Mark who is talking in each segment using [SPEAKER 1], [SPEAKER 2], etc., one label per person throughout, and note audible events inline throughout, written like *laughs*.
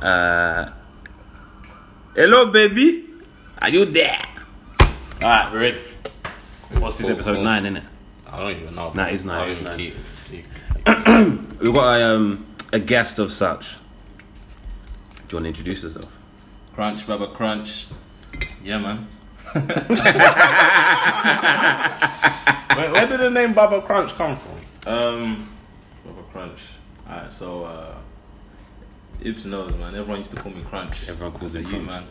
[SPEAKER 1] Uh, hello, baby. Are you there? All right, we're ready. What's this
[SPEAKER 2] Oh,
[SPEAKER 1] episode
[SPEAKER 2] oh.
[SPEAKER 1] nine, innit?
[SPEAKER 2] I don't even know.
[SPEAKER 1] Nah, it's not,
[SPEAKER 2] I don't
[SPEAKER 1] it's
[SPEAKER 2] even
[SPEAKER 1] not.
[SPEAKER 2] keep- keep-
[SPEAKER 1] We've got a, um, a guest of such. Do you want to introduce yourself?
[SPEAKER 2] Crunch, Baba Crunch. Yeah, *laughs* man. where, where did the name Baba Crunch come from?
[SPEAKER 3] Um, proper crunch. Alright, so uh, Ibs knows, man. Everyone used to call me Crunch.
[SPEAKER 1] Everyone calls
[SPEAKER 3] So
[SPEAKER 1] him
[SPEAKER 3] you,
[SPEAKER 1] Crunch.
[SPEAKER 3] man.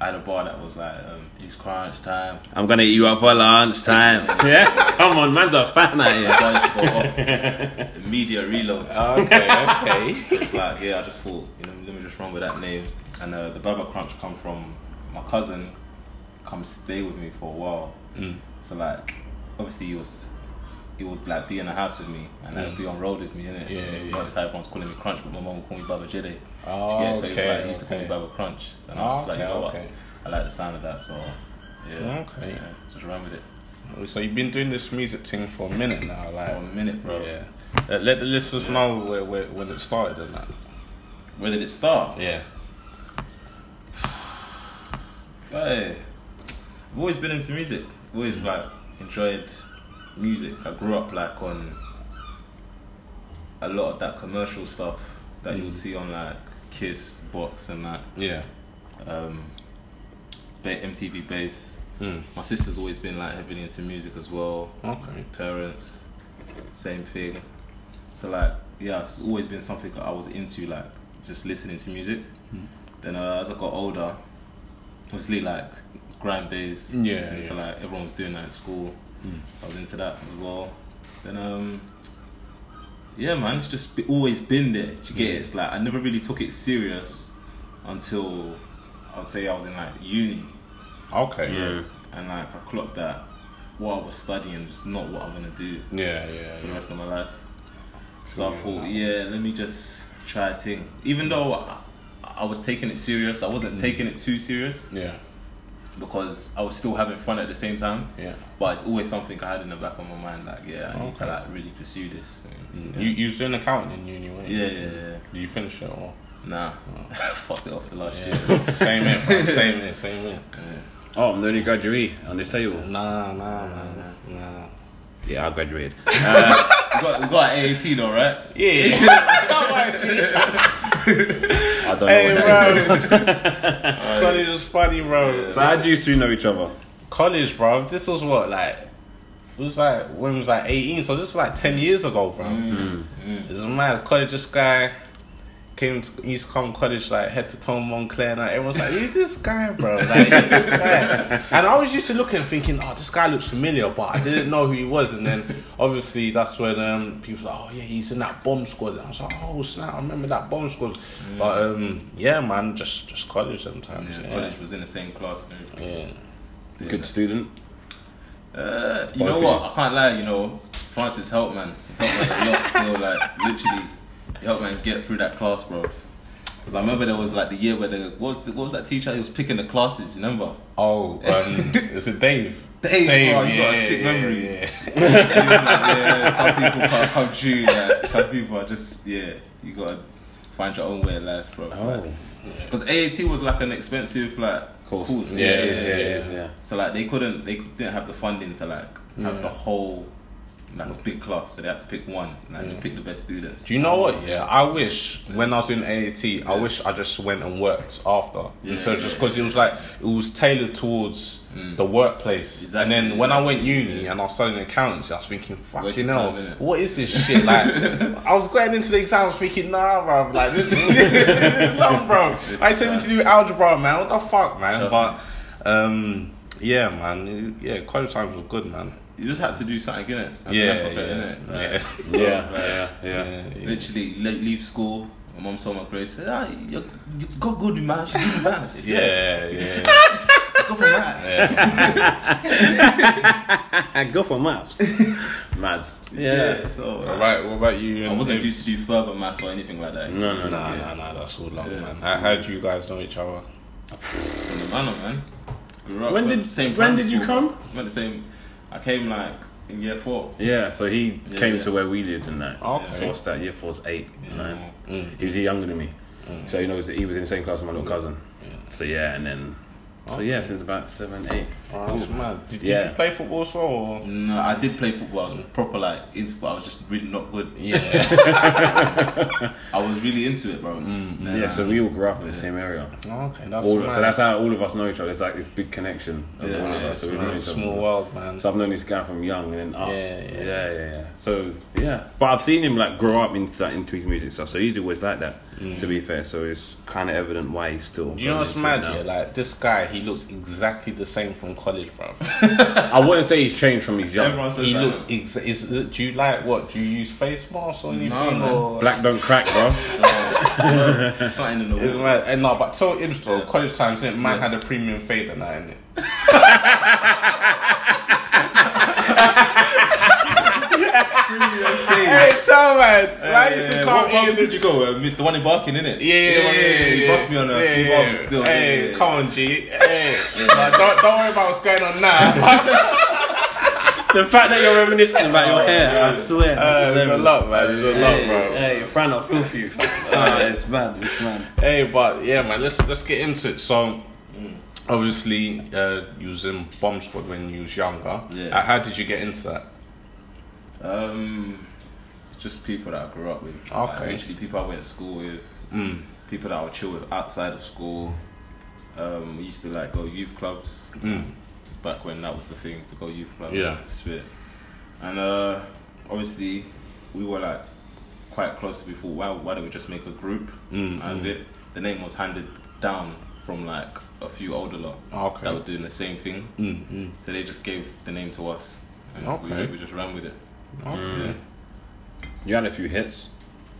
[SPEAKER 3] I had a bar that was like, um, it's crunch time.
[SPEAKER 1] I'm gonna eat you up for lunchtime. *laughs* yeah, come on, man's a fan eh? out here.
[SPEAKER 3] Guys go
[SPEAKER 2] *laughs*
[SPEAKER 3] off. Media reloads.
[SPEAKER 2] Oh, Okay, okay.
[SPEAKER 3] So it's like, yeah, I just thought, you know, let me just run with that name. And uh, the Baba Crunch come from my cousin. Come stay with me for a while.
[SPEAKER 2] Mm.
[SPEAKER 3] So like, obviously he was, he would like be in the house with me and like, be on road with me, innit?
[SPEAKER 2] Mm. Yeah, yeah, yeah.
[SPEAKER 3] That's how everyone's calling me Crunch, but my mom would call me Baba Jede.
[SPEAKER 2] Oh,
[SPEAKER 3] yeah, so he was
[SPEAKER 2] okay,
[SPEAKER 3] like, he used to call me
[SPEAKER 2] okay.
[SPEAKER 3] Baba Crunch, and I was just like, you
[SPEAKER 2] Okay,
[SPEAKER 3] know
[SPEAKER 2] okay.
[SPEAKER 3] what? I like the sound of that, so yeah,
[SPEAKER 2] Okay.
[SPEAKER 3] yeah, just run with it
[SPEAKER 2] So you've been doing this music thing for a minute now,
[SPEAKER 3] for a
[SPEAKER 2] like
[SPEAKER 3] minute, bro.
[SPEAKER 2] yeah. Uh, Let, let the listeners know where, where when it started and that.
[SPEAKER 3] Where did it start?
[SPEAKER 2] Yeah.
[SPEAKER 3] Hey, I've always been into music. Always like enjoyed music. I grew up like on a lot of that commercial stuff that you would
[SPEAKER 2] Mm.
[SPEAKER 3] see on like Kiss, Box, and that.
[SPEAKER 2] Yeah.
[SPEAKER 3] Um, ba- MTV Bass.
[SPEAKER 2] Mm.
[SPEAKER 3] My sister's always been like heavily into music as well.
[SPEAKER 2] Okay.
[SPEAKER 3] Parents, same thing. So like, yeah, it's always been something that I was into, like just listening to music. Then uh, as I got older, obviously like grind days. I was
[SPEAKER 2] Yeah,
[SPEAKER 3] into,
[SPEAKER 2] yeah. Mm.
[SPEAKER 3] like everyone was doing that at school. I was into that as well. Then um, yeah, man, it's just be- always been there. Do you get it? It's like I never really took it serious until I would say I was in like uni
[SPEAKER 2] Okay.
[SPEAKER 1] Mm.
[SPEAKER 3] and like I clocked that what I was studying was not what I'm gonna do
[SPEAKER 2] Yeah. Yeah.
[SPEAKER 3] for the
[SPEAKER 2] Yeah.
[SPEAKER 3] rest of my life. So I
[SPEAKER 2] Yeah.
[SPEAKER 3] thought, yeah, let me just try a thing. Even though I, I was taking it serious, I
[SPEAKER 2] Mm.
[SPEAKER 3] wasn't taking it too serious
[SPEAKER 2] Yeah.
[SPEAKER 3] because I was still having fun at the same time.
[SPEAKER 2] yeah.
[SPEAKER 3] But it's always something I had in the back of my mind, like, yeah, I need
[SPEAKER 2] Okay.
[SPEAKER 3] to like really pursue this.
[SPEAKER 1] Mm-hmm.
[SPEAKER 2] You you was doing accounting in uni, weren't you?
[SPEAKER 3] Yeah, yeah, yeah.
[SPEAKER 2] Did you finish it or?
[SPEAKER 3] Nah,
[SPEAKER 1] Oh.
[SPEAKER 3] *laughs* fucked it off the last year.
[SPEAKER 2] Yeah. same here, bro. same here, same here.
[SPEAKER 1] Oh, I'm the only graduate on this table.
[SPEAKER 2] Nah, nah, nah, nah, nah. *laughs*
[SPEAKER 1] Yeah, I graduated.
[SPEAKER 3] We got, we got AAT though, right?
[SPEAKER 1] Yeah, I don't know
[SPEAKER 2] Hey,
[SPEAKER 1] what that is.
[SPEAKER 2] bro. College was funny, bro.
[SPEAKER 3] Yeah.
[SPEAKER 1] *laughs* So how do you two know each other?
[SPEAKER 2] College, bro. This was what like. It was like when we was like 18, so this was like 10 years ago, bro.
[SPEAKER 3] Mm.
[SPEAKER 2] It was mad. College, this guy came to, he used to come to college like head to toe Montclair, and everyone's like, "Who's this guy, bro?" Like, who's this guy? And I was used to looking, thinking, "Oh, this guy looks familiar," but I didn't know who he was. And then obviously that's when um, people were like, "Oh yeah, he's in that bomb squad." And I was like, "Oh snap, I remember that bomb squad." But um, yeah, man, just just college sometimes.
[SPEAKER 3] *laughs* Mm. Yeah,
[SPEAKER 2] Yeah,
[SPEAKER 3] College was in the same class and everything.
[SPEAKER 2] Yeah.
[SPEAKER 1] Good student.
[SPEAKER 3] Uh, you
[SPEAKER 1] Both
[SPEAKER 3] know
[SPEAKER 1] of
[SPEAKER 3] what?
[SPEAKER 1] you.
[SPEAKER 3] I can't lie. You know, Francis helped man. He helped man a lot. Still, like literally, he helped man get through that class, bro. Because I remember there was like the year where the what was, the, what was that teacher? He was picking the classes. You remember?
[SPEAKER 2] Oh, um,
[SPEAKER 3] *laughs*
[SPEAKER 2] it's a Dave.
[SPEAKER 3] Dave, bro, you got a sick memory. *laughs* He was like, yeah, some people can't come true. Like, some people are just yeah. You gotta find your own way of life, bro.
[SPEAKER 1] Oh,
[SPEAKER 2] Oh.
[SPEAKER 3] Because AAT was like an expensive like course.
[SPEAKER 1] Yeah, yeah, yeah, yeah, yeah.
[SPEAKER 3] So like they couldn't, they didn't have the funding to like have the whole like a big class, so they had to pick one, like to pick the best students.
[SPEAKER 2] Do you know what? Yeah, I wish when I was doing AAT, I wish I just went and worked after.
[SPEAKER 3] Yeah. Mm.
[SPEAKER 2] so just because it was like it was tailored towards the workplace. And
[SPEAKER 3] Exactly,
[SPEAKER 2] then when I
[SPEAKER 3] exactly,
[SPEAKER 2] went uni and I was studying accountancy, I was thinking,
[SPEAKER 3] Wasting
[SPEAKER 2] fucking
[SPEAKER 3] time,
[SPEAKER 2] hell,
[SPEAKER 3] innit?
[SPEAKER 2] what is this
[SPEAKER 3] *laughs*
[SPEAKER 2] shit? Like, I was going into the exams thinking, nah, bro, like this, *laughs* this
[SPEAKER 3] *laughs*
[SPEAKER 2] is dumb, bro. I told me to do algebra, man. What the fuck, man?
[SPEAKER 3] Trust
[SPEAKER 2] but um, yeah, man, yeah, college times was good, man.
[SPEAKER 3] You just had to do something, innit? Had to
[SPEAKER 2] Yeah,
[SPEAKER 3] effort,
[SPEAKER 2] yeah,
[SPEAKER 3] innit?
[SPEAKER 2] yeah.
[SPEAKER 3] Like,
[SPEAKER 1] Yeah, yeah, yeah.
[SPEAKER 2] Yeah, yeah.
[SPEAKER 3] Literally, le- leave school. My mom saw my grades. Said, ah, you you got good in maths. You did maths.
[SPEAKER 2] Yeah, yeah.
[SPEAKER 3] you got for maths.
[SPEAKER 1] I go for *laughs* maths. Mads.
[SPEAKER 3] So
[SPEAKER 2] All
[SPEAKER 3] like,
[SPEAKER 2] right, what about you?
[SPEAKER 3] I
[SPEAKER 2] and
[SPEAKER 3] wasn't
[SPEAKER 2] Dave?
[SPEAKER 3] due to do further maths or anything like that.
[SPEAKER 1] No, no, no.
[SPEAKER 2] Nah, nah, nah, that's all love, man. How, how do you guys know each other?
[SPEAKER 3] From the manor, man. Grew
[SPEAKER 1] When
[SPEAKER 3] up, went
[SPEAKER 1] did-
[SPEAKER 3] the same
[SPEAKER 1] when
[SPEAKER 3] primary
[SPEAKER 1] did you
[SPEAKER 3] school,
[SPEAKER 1] come?
[SPEAKER 3] Went the same. I came like in year four.
[SPEAKER 1] Yeah, so he
[SPEAKER 3] Yeah,
[SPEAKER 1] came
[SPEAKER 3] yeah.
[SPEAKER 1] to where we lived in that.
[SPEAKER 2] Okay.
[SPEAKER 1] So what's that? Year four's eight, nine.
[SPEAKER 2] Mm.
[SPEAKER 1] He was a year younger than me. So he knows that he was in the same class as my little cousin.
[SPEAKER 2] Yeah.
[SPEAKER 1] So yeah, and then so yeah, since about seven, eight.
[SPEAKER 2] Oh, that's mad. Did, did
[SPEAKER 1] Yeah.
[SPEAKER 2] you play football as well? Or?
[SPEAKER 3] Um, No, I did play football. I was proper like into. But I was just really not good.
[SPEAKER 2] *laughs* Yeah.
[SPEAKER 3] I was really into it, bro.
[SPEAKER 2] Mm,
[SPEAKER 3] Nah,
[SPEAKER 1] Yeah, so we all grew up in the
[SPEAKER 3] Yeah.
[SPEAKER 1] same area.
[SPEAKER 2] Oh, okay, that's
[SPEAKER 1] All,
[SPEAKER 2] mad.
[SPEAKER 1] so that's how all of us know each other. There's like this big connection of
[SPEAKER 3] Yeah,
[SPEAKER 1] all of
[SPEAKER 3] yeah,
[SPEAKER 1] us. So we
[SPEAKER 2] Man,
[SPEAKER 1] know each
[SPEAKER 2] small
[SPEAKER 1] other.
[SPEAKER 2] world, man.
[SPEAKER 1] So I've known this guy from young and then up.
[SPEAKER 2] Yeah, yeah.
[SPEAKER 1] yeah, yeah, yeah. So yeah, but I've seen him like grow up into that into his music stuff. So he's always like that. To
[SPEAKER 2] Mm.
[SPEAKER 1] be fair, so it's kind of evident why he's still.
[SPEAKER 2] Do you know
[SPEAKER 1] going
[SPEAKER 2] what's
[SPEAKER 1] into it
[SPEAKER 2] mad?
[SPEAKER 1] now.
[SPEAKER 2] Yeah, like this guy, he looks exactly the same from college, bro.
[SPEAKER 1] I wouldn't say he's changed from his young.
[SPEAKER 3] Everyone says
[SPEAKER 2] he
[SPEAKER 3] that.
[SPEAKER 2] looks. Ex- is, is it, do you like what? Do you use face masks or anything?
[SPEAKER 3] man.
[SPEAKER 2] or?
[SPEAKER 1] Black don't crack, bro.
[SPEAKER 3] Oh, *laughs* bro, something
[SPEAKER 2] *laughs*
[SPEAKER 3] in the
[SPEAKER 2] It's
[SPEAKER 3] way.
[SPEAKER 2] mad. And no, but so it though. College times, innit? man had a premium fade and that, innit?
[SPEAKER 3] *laughs*
[SPEAKER 2] Hey, tell man, why you
[SPEAKER 3] Yeah,
[SPEAKER 2] can't
[SPEAKER 3] what
[SPEAKER 2] eat
[SPEAKER 3] barbers
[SPEAKER 2] this-
[SPEAKER 3] did you go? Uh, Miss the one in Barking, innit?
[SPEAKER 2] Yeah, yeah, yeah, yeah,
[SPEAKER 3] He
[SPEAKER 2] yeah.
[SPEAKER 3] bust me on a
[SPEAKER 2] Yeah,
[SPEAKER 3] few
[SPEAKER 2] yeah.
[SPEAKER 3] barbers still.
[SPEAKER 2] Hey,
[SPEAKER 3] yeah, yeah,
[SPEAKER 2] come on, G. *laughs* Hey, like, don't, don't worry about what's going
[SPEAKER 3] *laughs*
[SPEAKER 2] on now.
[SPEAKER 1] the fact that you're reminiscing about your hair, I swear.
[SPEAKER 2] Uh, there's a lot, man. There's a lot, bro.
[SPEAKER 1] Hey, Fran, I feel for you. *laughs* it's mad. It's mad.
[SPEAKER 2] Hey, but yeah, man. Let's let's get into it. So,
[SPEAKER 3] Mm.
[SPEAKER 2] obviously, uh, you was in bomb squad when you was younger.
[SPEAKER 3] Yeah.
[SPEAKER 2] Uh, how did you get into that?
[SPEAKER 3] Um, it's just people that I grew up with. Like,
[SPEAKER 2] Okay.
[SPEAKER 3] Literally people I went to school with.
[SPEAKER 2] Mm.
[SPEAKER 3] People that I would chill with outside of school. Um, we used to like go youth clubs back when that was the thing to go youth club.
[SPEAKER 2] Mm. Yeah.
[SPEAKER 3] Spit. And uh, obviously, we were like quite close before. Why, why don't we just make a group
[SPEAKER 2] Mm,
[SPEAKER 3] out of it? The name was handed down from like a few older lot
[SPEAKER 2] Oh, Okay.
[SPEAKER 3] that were doing the same thing.
[SPEAKER 2] Mm, mm.
[SPEAKER 3] So they just gave the name to us. And
[SPEAKER 2] Okay.
[SPEAKER 3] we, we just ran with it.
[SPEAKER 2] Okay.
[SPEAKER 1] You had a few hits,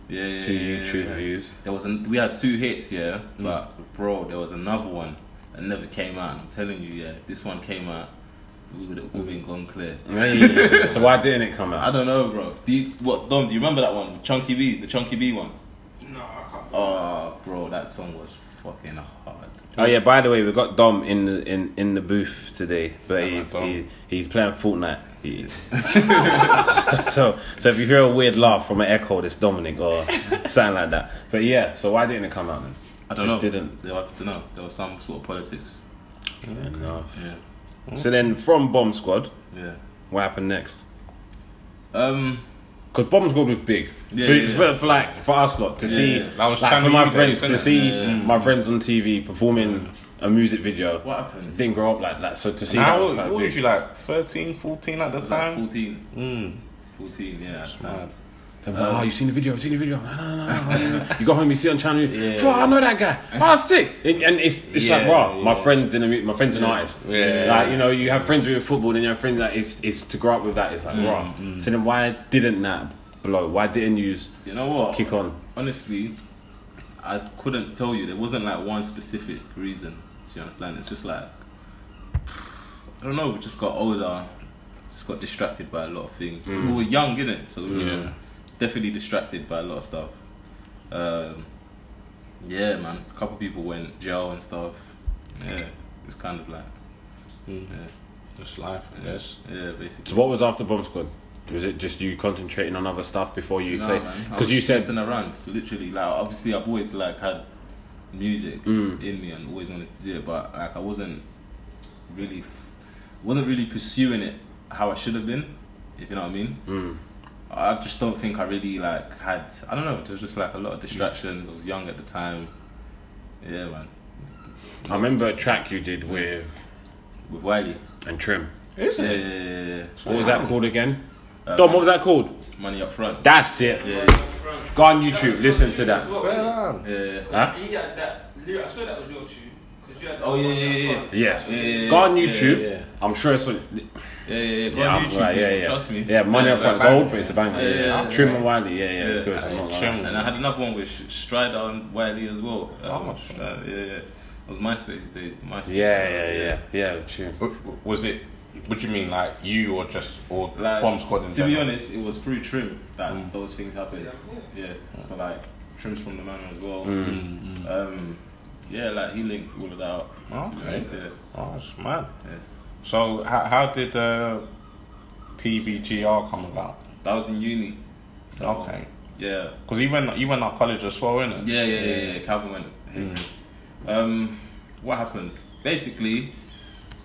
[SPEAKER 3] Yeah, yeah,
[SPEAKER 1] a
[SPEAKER 3] yeah,
[SPEAKER 1] few
[SPEAKER 3] yeah,
[SPEAKER 1] YouTube
[SPEAKER 3] yeah.
[SPEAKER 1] views.
[SPEAKER 3] There was an, we had two hits, yeah,
[SPEAKER 1] Mm.
[SPEAKER 3] but bro, there was another one that never came out. I'm telling you, yeah, this one came out, we would have all been gone clear.
[SPEAKER 1] so why didn't it come
[SPEAKER 3] I
[SPEAKER 1] out?
[SPEAKER 3] don't know, bro. Do you, what Dom? Do you remember that one, Chunky B, the Chunky B one?
[SPEAKER 2] No, I can't.
[SPEAKER 3] Oh, bro, that song was fucking hard.
[SPEAKER 1] Oh yeah. By the way, we got Dom in the in, in the booth today, but
[SPEAKER 2] Yeah,
[SPEAKER 1] he's
[SPEAKER 2] man, Dom.
[SPEAKER 1] he, he's playing Fortnite. He is. *laughs* so so if you hear a weird laugh from an echo, it's Dominic or something like that. But yeah. So why didn't it come out then?
[SPEAKER 3] I
[SPEAKER 1] Just
[SPEAKER 3] don't know.
[SPEAKER 1] didn't.
[SPEAKER 3] There, I don't know. There was some sort of politics.
[SPEAKER 1] Fair enough.
[SPEAKER 3] Yeah,
[SPEAKER 1] So then from Bomb Squad,
[SPEAKER 3] yeah.
[SPEAKER 1] what happened next?
[SPEAKER 3] Um,
[SPEAKER 1] Because Bomb Squad was big.
[SPEAKER 3] Yeah,
[SPEAKER 1] for,
[SPEAKER 3] yeah, yeah.
[SPEAKER 1] For, for like for us lot to
[SPEAKER 3] Yeah,
[SPEAKER 1] see,
[SPEAKER 3] yeah.
[SPEAKER 2] That was
[SPEAKER 1] like, for
[SPEAKER 2] Channel
[SPEAKER 1] my
[SPEAKER 2] U
[SPEAKER 1] friends
[SPEAKER 2] days,
[SPEAKER 1] to
[SPEAKER 2] innit?
[SPEAKER 1] see
[SPEAKER 3] Yeah, yeah.
[SPEAKER 1] my friends on TV performing a music video.
[SPEAKER 3] What happened?
[SPEAKER 1] Didn't grow up like that, so to see
[SPEAKER 2] Now,
[SPEAKER 1] that was
[SPEAKER 2] what,
[SPEAKER 1] quite
[SPEAKER 2] what
[SPEAKER 1] big.
[SPEAKER 2] was you like? 13, 14 at the
[SPEAKER 3] I was like
[SPEAKER 2] time.
[SPEAKER 3] 14,
[SPEAKER 2] Mm.
[SPEAKER 3] 14, yeah. At the
[SPEAKER 2] Mad.
[SPEAKER 3] time.
[SPEAKER 1] They were like, oh, you seen the video? You seen the video? No, no, no, no, no,
[SPEAKER 2] *laughs*
[SPEAKER 1] no. You go home, you see it on channel.
[SPEAKER 2] Yeah.
[SPEAKER 1] Yeah. I know that
[SPEAKER 2] *laughs*
[SPEAKER 1] guy. Oh, sick. And, and it's it's like,
[SPEAKER 2] Yeah,
[SPEAKER 1] bro, my
[SPEAKER 2] yeah.
[SPEAKER 1] friends in the, my friends an artist.
[SPEAKER 2] Yeah.
[SPEAKER 1] Like you know, you have friends with football, then you have friends that it's it's to grow up with that. It's
[SPEAKER 2] Mm,
[SPEAKER 1] like, bruh. So then, why didn't that blow? Why didn't you s-
[SPEAKER 3] You know what?
[SPEAKER 1] kick on?
[SPEAKER 3] honestly, I couldn't tell you. There wasn't like one specific reason. Do you understand? It's just like I don't know. We just got older, just got distracted by a lot of things. We were young, innit? So
[SPEAKER 1] Yeah.
[SPEAKER 3] we were definitely distracted by a lot of stuff. Um, yeah, man. A couple people went jail and stuff. Yeah, it's kind of like
[SPEAKER 2] Mm.
[SPEAKER 3] yeah,
[SPEAKER 2] Just life, I
[SPEAKER 3] yeah,
[SPEAKER 2] guess.
[SPEAKER 3] yeah basically.
[SPEAKER 1] So what was after Bomb Squad? Was it just you concentrating on other stuff before you
[SPEAKER 3] No,
[SPEAKER 1] say?
[SPEAKER 3] man. I
[SPEAKER 1] Because
[SPEAKER 3] was
[SPEAKER 1] you
[SPEAKER 3] just
[SPEAKER 1] said
[SPEAKER 3] messing around, literally. Like obviously, I've always like had music
[SPEAKER 1] Mm.
[SPEAKER 3] in me and always wanted to do it, but like I wasn't really, wasn't really pursuing it how I should have been, if you know what I mean.
[SPEAKER 1] Mm.
[SPEAKER 3] I just don't think I really like had. I don't know. There was just like a lot of distractions. I was young at the time. Yeah, man.
[SPEAKER 1] I remember a track you did with
[SPEAKER 3] With Wiley.
[SPEAKER 1] and Trim.
[SPEAKER 2] Is
[SPEAKER 3] Yeah,
[SPEAKER 2] it?
[SPEAKER 3] yeah, yeah. yeah, yeah.
[SPEAKER 1] What was that called again?
[SPEAKER 3] Uh,
[SPEAKER 1] Dom, what was that called?
[SPEAKER 3] Money up front.
[SPEAKER 1] That's it.
[SPEAKER 3] yeah,
[SPEAKER 1] Go on YouTube, listen to that.
[SPEAKER 2] Swear down.
[SPEAKER 3] yeah, yeah.
[SPEAKER 1] Huh?
[SPEAKER 4] He had that lyric. I swear that was your tune. Cause you had that
[SPEAKER 3] Oh, yeah,
[SPEAKER 4] one
[SPEAKER 3] yeah,
[SPEAKER 4] that
[SPEAKER 3] yeah.
[SPEAKER 4] front.
[SPEAKER 1] Yeah.
[SPEAKER 3] Yeah, yeah, yeah.
[SPEAKER 1] Go on YouTube.
[SPEAKER 3] Yeah, yeah.
[SPEAKER 1] I'm sure it's what.
[SPEAKER 3] Yeah, yeah, yeah. Go
[SPEAKER 1] Yeah,
[SPEAKER 3] on
[SPEAKER 1] I'm-
[SPEAKER 3] YouTube.
[SPEAKER 1] right, yeah,
[SPEAKER 3] people,
[SPEAKER 1] yeah.
[SPEAKER 3] Trust me.
[SPEAKER 1] Yeah, money up front.
[SPEAKER 3] *laughs*
[SPEAKER 1] It's old, but it's a banger.
[SPEAKER 3] Yeah,
[SPEAKER 1] Yeah,
[SPEAKER 3] yeah,
[SPEAKER 1] Trim
[SPEAKER 3] yeah.
[SPEAKER 1] and Wiley. Yeah, yeah,
[SPEAKER 3] Yeah.
[SPEAKER 1] it's good. I'm not lying.
[SPEAKER 2] Trim.
[SPEAKER 3] And I had another one with Sh- Strider and Wiley as well.
[SPEAKER 2] Oh,
[SPEAKER 3] Um, Strider, yeah, yeah. It was MySpace days. MySpace
[SPEAKER 1] Yeah, yeah,
[SPEAKER 3] days,
[SPEAKER 1] yeah, yeah. Trim.
[SPEAKER 2] W- w- Was it? What do you mean, like you or just or
[SPEAKER 3] Like,
[SPEAKER 2] bomb squad?
[SPEAKER 3] to
[SPEAKER 2] In
[SPEAKER 3] be
[SPEAKER 2] general?
[SPEAKER 3] honest, it was through Trim that
[SPEAKER 2] Mm.
[SPEAKER 3] those things happened. Yeah. So like Trim's from the manor as well.
[SPEAKER 1] Mm.
[SPEAKER 3] Um, yeah, like he linked all of that up. to be
[SPEAKER 2] Okay.
[SPEAKER 3] honest, yeah.
[SPEAKER 2] Oh, it's mad.
[SPEAKER 3] Yeah.
[SPEAKER 2] So, how, how did uh, PVGR come about?
[SPEAKER 3] That was in uni. So
[SPEAKER 2] Okay.
[SPEAKER 3] Yeah.
[SPEAKER 2] Because you went, you went to college as well, innit?
[SPEAKER 3] Oh.
[SPEAKER 2] Mm.
[SPEAKER 3] Yeah, yeah, yeah, yeah. Calvin went. Um, what happened? Basically,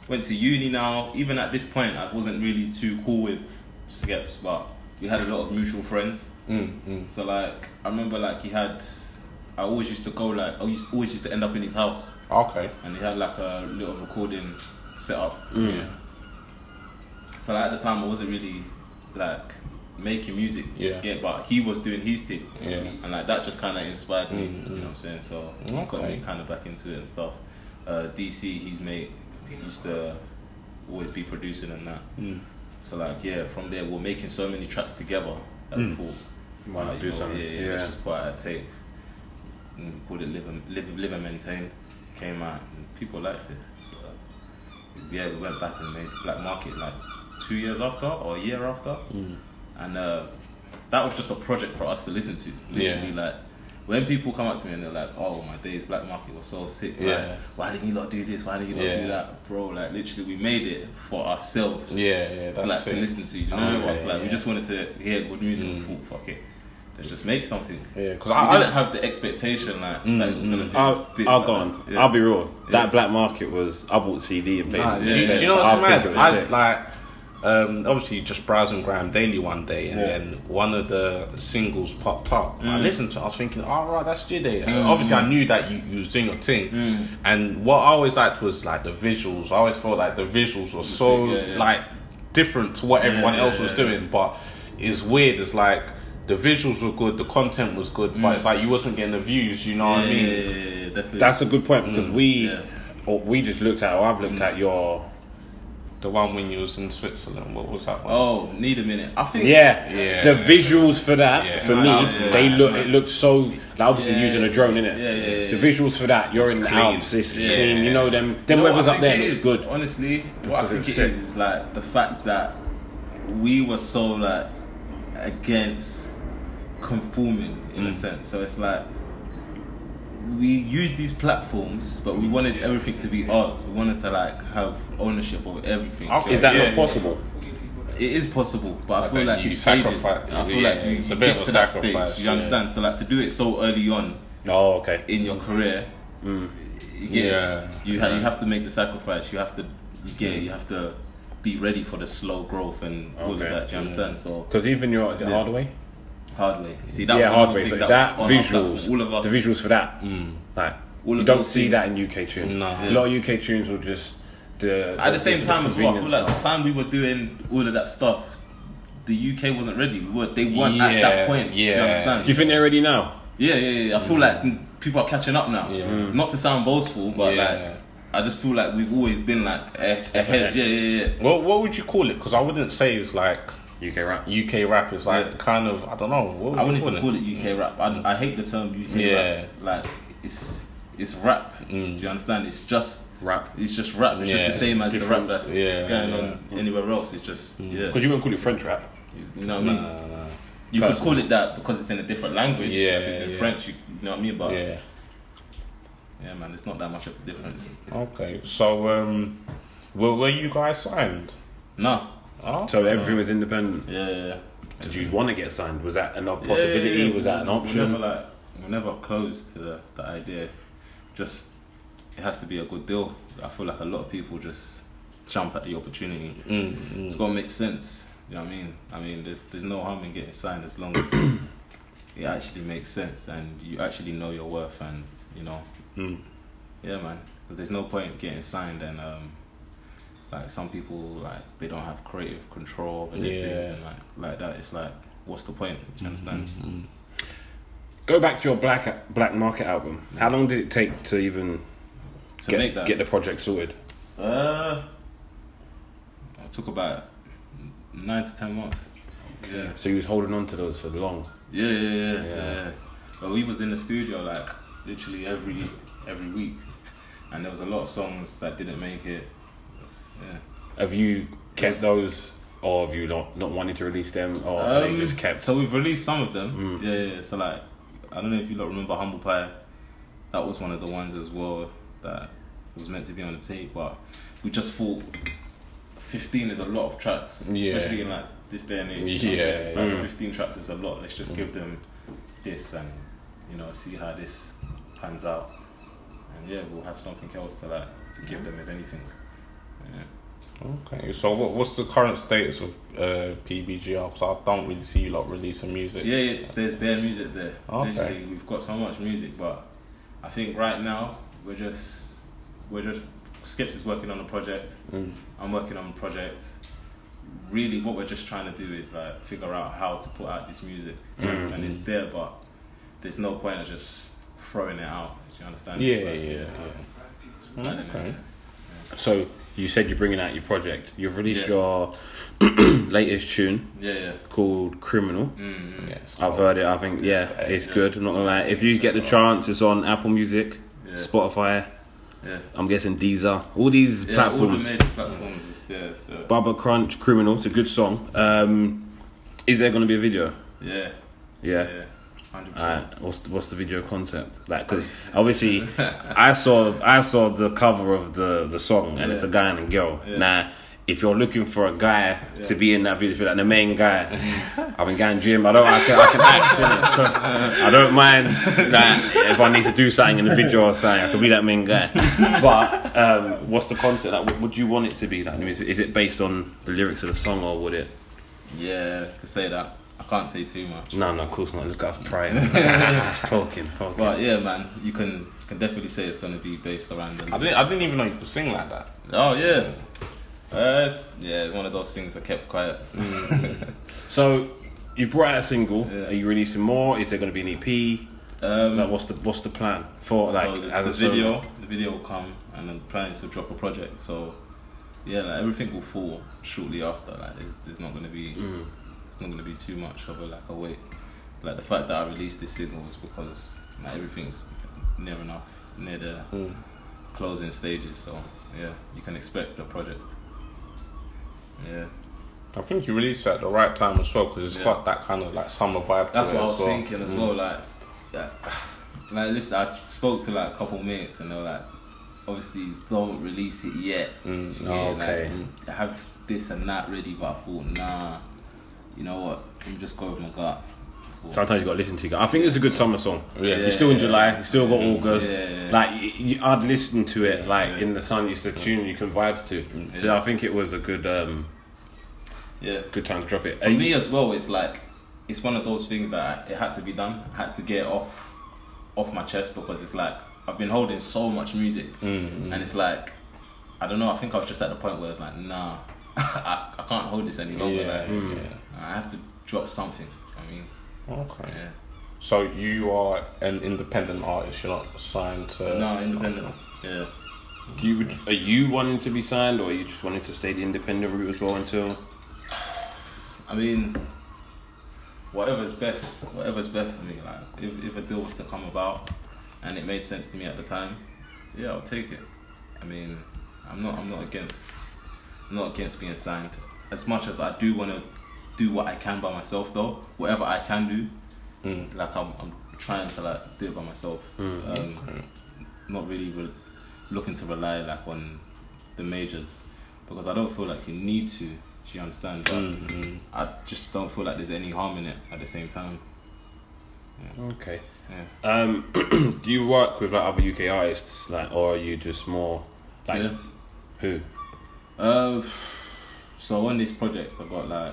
[SPEAKER 3] went to uni now. Even at this point, I wasn't really too cool with Skeps, but we had a lot of mutual friends.
[SPEAKER 2] Mm, mm.
[SPEAKER 3] So like, I remember like he had. I always used to go like I used, always used to end up in his house,
[SPEAKER 2] Okay.
[SPEAKER 3] and he had like a little recording set up.
[SPEAKER 1] Mm.
[SPEAKER 3] So like, at the time, I wasn't really like making music
[SPEAKER 2] Yeah.
[SPEAKER 3] yet, but he was doing his thing.
[SPEAKER 2] Yeah.
[SPEAKER 3] And like that just kind of inspired me,
[SPEAKER 2] Mm,
[SPEAKER 3] you
[SPEAKER 2] mm.
[SPEAKER 3] know what I'm saying? So got
[SPEAKER 2] Okay.
[SPEAKER 3] me kind of back into it and stuff. Uh, DC, he's mate, used to always be producing and that.
[SPEAKER 2] Mm.
[SPEAKER 3] So like, yeah, from there we're making so many tracks together. That we thought,
[SPEAKER 1] Why
[SPEAKER 3] like,
[SPEAKER 1] not do
[SPEAKER 3] you know,
[SPEAKER 1] something?
[SPEAKER 3] Yeah, yeah, let's just put out a tape. And we called it Live and, Live, Live and Maintain. Came out and people liked it. So uh, yeah, we went back and made Black Market like two years after or a year after
[SPEAKER 2] Mm.
[SPEAKER 3] and uh, that was just a project for us to listen to. Literally, like when people come up to me and they're like, "Oh, my days black market was so sick. Like,
[SPEAKER 2] Yeah.
[SPEAKER 3] why didn't you not do this? Why didn't you not
[SPEAKER 2] Yeah.
[SPEAKER 3] do that, bro?" Like literally, we made it for ourselves.
[SPEAKER 2] Yeah, yeah, that's
[SPEAKER 3] like
[SPEAKER 2] it.
[SPEAKER 3] to listen to. You know,
[SPEAKER 2] Okay,
[SPEAKER 3] like we
[SPEAKER 2] yeah.
[SPEAKER 3] just wanted to hear good music. and
[SPEAKER 2] Mm.
[SPEAKER 3] thought, fuck it, let's just make something.
[SPEAKER 2] Yeah, because
[SPEAKER 3] We
[SPEAKER 2] I, Mm,
[SPEAKER 3] didn't
[SPEAKER 2] I
[SPEAKER 3] have the expectation like that it was gonna do.
[SPEAKER 1] I'll,
[SPEAKER 3] bits
[SPEAKER 1] I'll
[SPEAKER 3] like
[SPEAKER 1] go on.
[SPEAKER 3] that. Yeah.
[SPEAKER 1] I'll be real.
[SPEAKER 3] Yeah.
[SPEAKER 1] That black market was. I bought CD and played.
[SPEAKER 2] Nah,
[SPEAKER 1] it.
[SPEAKER 2] do, you-
[SPEAKER 3] yeah,
[SPEAKER 2] do you know what's
[SPEAKER 1] I think
[SPEAKER 2] mad?
[SPEAKER 1] it was
[SPEAKER 2] I
[SPEAKER 1] sick.
[SPEAKER 2] like um, obviously just browsing Graham Daily one day, and
[SPEAKER 3] Yeah.
[SPEAKER 2] then one of the singles popped up. And I
[SPEAKER 3] Mm.
[SPEAKER 2] listened to, it, I was thinking, all right, that's Jide.
[SPEAKER 3] Mm.
[SPEAKER 2] Obviously, I knew that you, you was doing your thing,
[SPEAKER 3] Mm.
[SPEAKER 2] and what I always liked was like the visuals. I always felt like the visuals were so
[SPEAKER 3] Yeah, yeah.
[SPEAKER 2] like different to what everyone
[SPEAKER 3] yeah,
[SPEAKER 2] else was
[SPEAKER 3] yeah.
[SPEAKER 2] doing, but it's weird. It's like. The visuals were good, the content was good, but it's like you wasn't getting the views. You know
[SPEAKER 3] Mm. Yeah,
[SPEAKER 2] what I mean?
[SPEAKER 3] yeah, yeah, yeah, definitely.
[SPEAKER 1] That's a good point because we,
[SPEAKER 3] Mm. yeah. Mm.
[SPEAKER 1] or we just looked at, or I've looked at your.
[SPEAKER 2] The one when you was in Switzerland, what was that one?
[SPEAKER 3] oh, need a minute. I think
[SPEAKER 1] Yeah,
[SPEAKER 2] Yeah.
[SPEAKER 1] the visuals for that
[SPEAKER 2] Yeah.
[SPEAKER 1] for me,
[SPEAKER 3] Nah, yeah,
[SPEAKER 1] they
[SPEAKER 3] yeah.
[SPEAKER 1] look. It looks so. Like obviously
[SPEAKER 3] Yeah.
[SPEAKER 1] using a drone in it.
[SPEAKER 3] Yeah, yeah, yeah,
[SPEAKER 1] The
[SPEAKER 3] yeah.
[SPEAKER 1] visuals for that, you're in the
[SPEAKER 2] clean.
[SPEAKER 1] Alps. It's
[SPEAKER 3] Yeah.
[SPEAKER 1] clean. You know them. Them
[SPEAKER 3] know what
[SPEAKER 1] weather's
[SPEAKER 3] I
[SPEAKER 1] up there.
[SPEAKER 3] think it
[SPEAKER 1] Looks
[SPEAKER 3] is?
[SPEAKER 1] good.
[SPEAKER 3] Honestly, what I
[SPEAKER 1] Because
[SPEAKER 3] think
[SPEAKER 1] it's
[SPEAKER 3] it is
[SPEAKER 1] sick.
[SPEAKER 3] is like the fact that we were so like against conforming in a
[SPEAKER 1] Mm.
[SPEAKER 3] sense. So it's like we use these platforms, but we wanted everything to be ours. We wanted to like have ownership of everything.
[SPEAKER 2] Okay.
[SPEAKER 1] Is that
[SPEAKER 2] Yeah,
[SPEAKER 1] not
[SPEAKER 2] yeah.
[SPEAKER 1] possible?
[SPEAKER 3] It is possible, but I
[SPEAKER 2] But
[SPEAKER 3] feel
[SPEAKER 2] then
[SPEAKER 3] like
[SPEAKER 2] you
[SPEAKER 3] it's stages.
[SPEAKER 2] sacrifice-
[SPEAKER 3] I feel
[SPEAKER 2] yeah,
[SPEAKER 3] like you,
[SPEAKER 2] it's a
[SPEAKER 3] you
[SPEAKER 2] bit
[SPEAKER 3] get
[SPEAKER 2] of a
[SPEAKER 3] to that
[SPEAKER 2] sacrifice,
[SPEAKER 3] stage. You
[SPEAKER 2] yeah.
[SPEAKER 3] understand? So like to do it so early on
[SPEAKER 1] Oh, okay.
[SPEAKER 3] in your career, you get
[SPEAKER 2] Yeah.
[SPEAKER 3] you ha- you have to make the sacrifice. You have to you get you have to be ready for the slow growth and all of
[SPEAKER 1] Okay.
[SPEAKER 3] that. Do you understand? So
[SPEAKER 1] Because even your is it
[SPEAKER 3] Yeah.
[SPEAKER 1] Hardway?
[SPEAKER 3] hard way. See
[SPEAKER 1] yeah,
[SPEAKER 3] that was another
[SPEAKER 1] Hardway. So
[SPEAKER 3] thing
[SPEAKER 1] that,
[SPEAKER 3] that, was on our
[SPEAKER 1] visuals,
[SPEAKER 3] platform. all of us. Mm.
[SPEAKER 1] the visuals for that, like
[SPEAKER 3] All
[SPEAKER 1] you
[SPEAKER 3] of
[SPEAKER 1] don't
[SPEAKER 3] those
[SPEAKER 1] see
[SPEAKER 3] things.
[SPEAKER 1] that in UK tunes.
[SPEAKER 2] No.
[SPEAKER 1] A lot of UK tunes will just the
[SPEAKER 3] At the same
[SPEAKER 1] for
[SPEAKER 3] time as well, I feel
[SPEAKER 1] convenience
[SPEAKER 3] like the
[SPEAKER 1] stuff.
[SPEAKER 3] time we were doing all of that stuff, the UK wasn't ready. We were they weren't at that
[SPEAKER 2] Yeah,
[SPEAKER 3] point. Do
[SPEAKER 2] yeah.
[SPEAKER 3] you understand?
[SPEAKER 1] Do you think they're ready now?
[SPEAKER 3] Yeah, yeah, yeah. I feel like people are catching up now.
[SPEAKER 2] Yeah. Mm.
[SPEAKER 3] Not to sound boastful, but
[SPEAKER 2] Yeah.
[SPEAKER 3] like I just feel like we've always been like eh, ahead.
[SPEAKER 1] ahead.
[SPEAKER 3] Yeah, yeah, yeah.
[SPEAKER 2] Well, what would you call it? Because I wouldn't say it's like
[SPEAKER 1] UK rap.
[SPEAKER 2] UK rap. It's like
[SPEAKER 3] Yeah.
[SPEAKER 2] kind of I don't know. What would
[SPEAKER 3] I
[SPEAKER 2] you
[SPEAKER 3] wouldn't even
[SPEAKER 2] call
[SPEAKER 3] call it UK rap. I, I hate the term UK
[SPEAKER 2] Yeah. Mm.
[SPEAKER 3] rap. Like it's it's rap. Do you understand? It's just
[SPEAKER 1] Rap.
[SPEAKER 3] it's just rap. It's
[SPEAKER 2] Yeah,
[SPEAKER 3] just the same as the rap
[SPEAKER 1] different-
[SPEAKER 3] that's
[SPEAKER 2] yeah,
[SPEAKER 3] going
[SPEAKER 2] yeah. Mm.
[SPEAKER 3] on anywhere else. It's just yeah.
[SPEAKER 1] Because you wouldn't call it French rap.
[SPEAKER 3] It's- you know what I mean?
[SPEAKER 2] Nah, nah, nah.
[SPEAKER 3] you could call it that because it's in a different language.
[SPEAKER 2] Yeah,
[SPEAKER 3] if it's in
[SPEAKER 2] yeah.
[SPEAKER 3] French, you, you know what I mean? But yeah.
[SPEAKER 2] Yeah.
[SPEAKER 3] man, it's not that much of a difference.
[SPEAKER 2] Okay. So, um, were, were you guys signed?
[SPEAKER 3] No.
[SPEAKER 2] Oh,
[SPEAKER 1] So everything was independent.
[SPEAKER 3] Yeah. yeah, yeah.
[SPEAKER 1] Did you want to get signed? Was that an
[SPEAKER 3] Yeah, yeah,
[SPEAKER 1] possibility?
[SPEAKER 3] yeah.
[SPEAKER 1] Was that an
[SPEAKER 3] We're
[SPEAKER 1] option?
[SPEAKER 3] never like we're never closed to the, the idea. Just it has to be a good deal. I feel like a lot of people just jump at the opportunity.
[SPEAKER 2] mm,
[SPEAKER 3] It's
[SPEAKER 2] mm.
[SPEAKER 3] gotta make sense. You know what I mean? I mean, there's there's no harm in getting signed as long as
[SPEAKER 1] *coughs*
[SPEAKER 3] it actually makes sense and you actually know your worth and you know.
[SPEAKER 2] Mm.
[SPEAKER 3] Yeah, man. Because there's no point getting signed and um, like some people like they don't have creative control and things
[SPEAKER 2] Yeah.
[SPEAKER 3] and like like that. It's like what's the point? Do you understand?
[SPEAKER 1] Mm-hmm, Go back to your black black market album. How long did it take to even
[SPEAKER 3] To
[SPEAKER 1] get
[SPEAKER 3] make that
[SPEAKER 1] get the project sorted?
[SPEAKER 3] Uh, I took about nine to ten months. Yeah.
[SPEAKER 1] So you was holding on to those for long.
[SPEAKER 3] Yeah, yeah, yeah, yeah.
[SPEAKER 1] Yeah.
[SPEAKER 3] yeah. But we was in the studio like literally every every week, and there was a lot of songs that didn't make it. Yeah.
[SPEAKER 1] Have you kept those, or have you not not wanted to release them, or Oh, they
[SPEAKER 3] Um,
[SPEAKER 1] just kept? Mm.
[SPEAKER 3] So we've released some of them. Yeah, yeah, yeah. So like, I don't know if you lot remember Humble Pie. That was one of the ones as well that was meant to be on the tape, but we just thought fifteen is a lot of tracks,
[SPEAKER 2] Yeah.
[SPEAKER 3] especially in like this day and age.
[SPEAKER 2] Yeah,
[SPEAKER 3] It's like
[SPEAKER 1] yeah. mm.
[SPEAKER 3] 15 tracks is a lot. Let's just give them this and, you know, see how this pans out. And yeah, we'll have something else to like to
[SPEAKER 1] Mm.
[SPEAKER 3] give them if anything. Yeah.
[SPEAKER 2] Okay, so what, what's the current status of uh, PBGR? Because I don't really see you lot releasing music.
[SPEAKER 3] Yeah, yeah, there's bare music there.
[SPEAKER 2] Okay.
[SPEAKER 3] Literally, we've got so much music, but I think right now we're just we're just Skips is working on a project.
[SPEAKER 2] Mm.
[SPEAKER 3] I'm working on a project. Really, what we're just trying to do is like figure out how to put out this music, Do you
[SPEAKER 2] Mm.
[SPEAKER 3] understand? It's there, but there's no point of just throwing it out. Do you understand?
[SPEAKER 2] Yeah,
[SPEAKER 3] It's like-
[SPEAKER 2] yeah,
[SPEAKER 3] I don't know.
[SPEAKER 2] Okay.
[SPEAKER 1] So you said you're bringing out your project. You've released
[SPEAKER 3] Yeah.
[SPEAKER 1] your *clears throat* latest tune
[SPEAKER 3] Yeah, yeah.
[SPEAKER 1] called "Criminal."
[SPEAKER 3] Mm,
[SPEAKER 2] Yeah, it's
[SPEAKER 1] I've
[SPEAKER 2] cool.
[SPEAKER 1] heard it. I think yeah,
[SPEAKER 2] It's-
[SPEAKER 1] it's
[SPEAKER 3] yeah.
[SPEAKER 1] good. I'm not gonna lie. If you get the chance, it's on Apple Music,
[SPEAKER 3] yeah,
[SPEAKER 1] Spotify.
[SPEAKER 3] yeah.
[SPEAKER 1] I'm guessing Deezer. All these
[SPEAKER 3] Yeah, all
[SPEAKER 1] platforms.
[SPEAKER 3] the major platforms is there. It's there.
[SPEAKER 1] Baba Crunch, "Criminal." It's a good song. Um, is there gonna be a video?
[SPEAKER 3] Yeah,
[SPEAKER 1] Yeah.
[SPEAKER 3] yeah, hundred percent.
[SPEAKER 1] Alright, what's the, what's the video concept like? Because obviously, I saw I saw the cover of the the song, and it's a guy and a girl.
[SPEAKER 3] Yeah.
[SPEAKER 1] Now, if you're looking for a guy to be in that video, if you're like the main guy, *laughs* I've been going gym. I don't I can, I can act in it, so I don't mind that if I need to do something in the video or something, I could be that main guy. But um, what's the concept? Like, what would you want it to be? Like, I mean, is it based on the lyrics of the song, or would it?
[SPEAKER 3] Yeah, I could say that. I can't say too much.
[SPEAKER 1] No, no, of course not. Look at us
[SPEAKER 3] *laughs*
[SPEAKER 1] prying, poking, poking.
[SPEAKER 3] But yeah, man, you can you can definitely say it's gonna be based around the.
[SPEAKER 2] I didn't, I didn't even know you could sing like that.
[SPEAKER 3] Oh yeah, uh, it's, yeah, it's one of those things I kept quiet.
[SPEAKER 1] Mm, So you brought out a single.
[SPEAKER 3] Yeah.
[SPEAKER 1] Are you releasing more? Is there going to be an EP?
[SPEAKER 3] Um,
[SPEAKER 1] Like, what's the what's the plan for like
[SPEAKER 3] *laughs* so the,
[SPEAKER 1] as
[SPEAKER 3] the
[SPEAKER 1] a solo?
[SPEAKER 3] video, the video will come, and I'm planning to drop a project. So yeah, like everything will fall shortly after. Like there's, there's not gonna be
[SPEAKER 1] Mm.
[SPEAKER 3] it's not gonna be too much of a like a wait. Like the fact that I released this single is because like everything's near enough near the
[SPEAKER 1] Mm.
[SPEAKER 3] closing stages. So yeah, you can expect a project. Yeah,
[SPEAKER 2] I think you released it at the right time as well because it's
[SPEAKER 3] Yeah.
[SPEAKER 2] got that kind of like summer vibe.
[SPEAKER 3] that's
[SPEAKER 2] to it
[SPEAKER 3] what I was
[SPEAKER 2] as well.
[SPEAKER 3] thinking as well. Like, yeah. *sighs* like listen, I spoke to like a couple mates and they were like, obviously don't release it yet.
[SPEAKER 2] Mm,
[SPEAKER 3] Yeah, like,
[SPEAKER 1] okay.
[SPEAKER 3] I have this and that ready, but I thought nah, you know what? I'm just go with my gut.
[SPEAKER 1] Sometimes you got to listen to it. I think it's a good summer song.
[SPEAKER 2] Yeah.
[SPEAKER 1] You're still in July. You still got
[SPEAKER 2] Mm,
[SPEAKER 1] August.
[SPEAKER 3] yeah, yeah.
[SPEAKER 1] Like y y- I'd listen to it like
[SPEAKER 3] Yeah. Mm.
[SPEAKER 1] in the sun. It's the tune you can vibe to. So
[SPEAKER 3] Yeah.
[SPEAKER 1] I think it was a good um,
[SPEAKER 3] Yeah.
[SPEAKER 1] good time to drop it.
[SPEAKER 3] For
[SPEAKER 1] Are you-
[SPEAKER 3] me as well, it's like it's one of those things that it had to be done. I had to get it off off my chest because it's like I've been holding so much music,
[SPEAKER 2] Mm,
[SPEAKER 3] and it's like I don't know. I think I was just at the point where it's like, nah, *laughs* I, I can't hold this any longer.
[SPEAKER 2] Yeah,
[SPEAKER 3] like, I have to drop something. I mean,
[SPEAKER 2] yeah. Okay.
[SPEAKER 3] yeah,
[SPEAKER 2] So you are an independent artist. You're not signed to.
[SPEAKER 3] no, independent. Yeah,
[SPEAKER 1] do you would- are you wanting to be signed or are you just wanting to stay the independent route as well until?
[SPEAKER 3] I mean, whatever's best, whatever's best for me. Like, if if a deal was to come about, and it made sense to me at the time, yeah, I'll take it. I mean, I'm not, I'm not against, I'm not against being signed. As much as I do want to do what I can by myself, though, whatever I can do,
[SPEAKER 2] Mm.
[SPEAKER 3] like I'm, I'm trying to like do it by myself. Um, Not really re- looking to rely like on the majors because I don't feel like you need to. Do you understand? But
[SPEAKER 2] Mm, mm.
[SPEAKER 3] I just don't feel like there's any harm in it at the same time.
[SPEAKER 1] Okay.
[SPEAKER 3] Yeah.
[SPEAKER 1] Um, *clears throat* do you work with like other UK artists, like, or are you just more like
[SPEAKER 3] Yeah.
[SPEAKER 1] who?
[SPEAKER 3] Uh, so on this project, I got like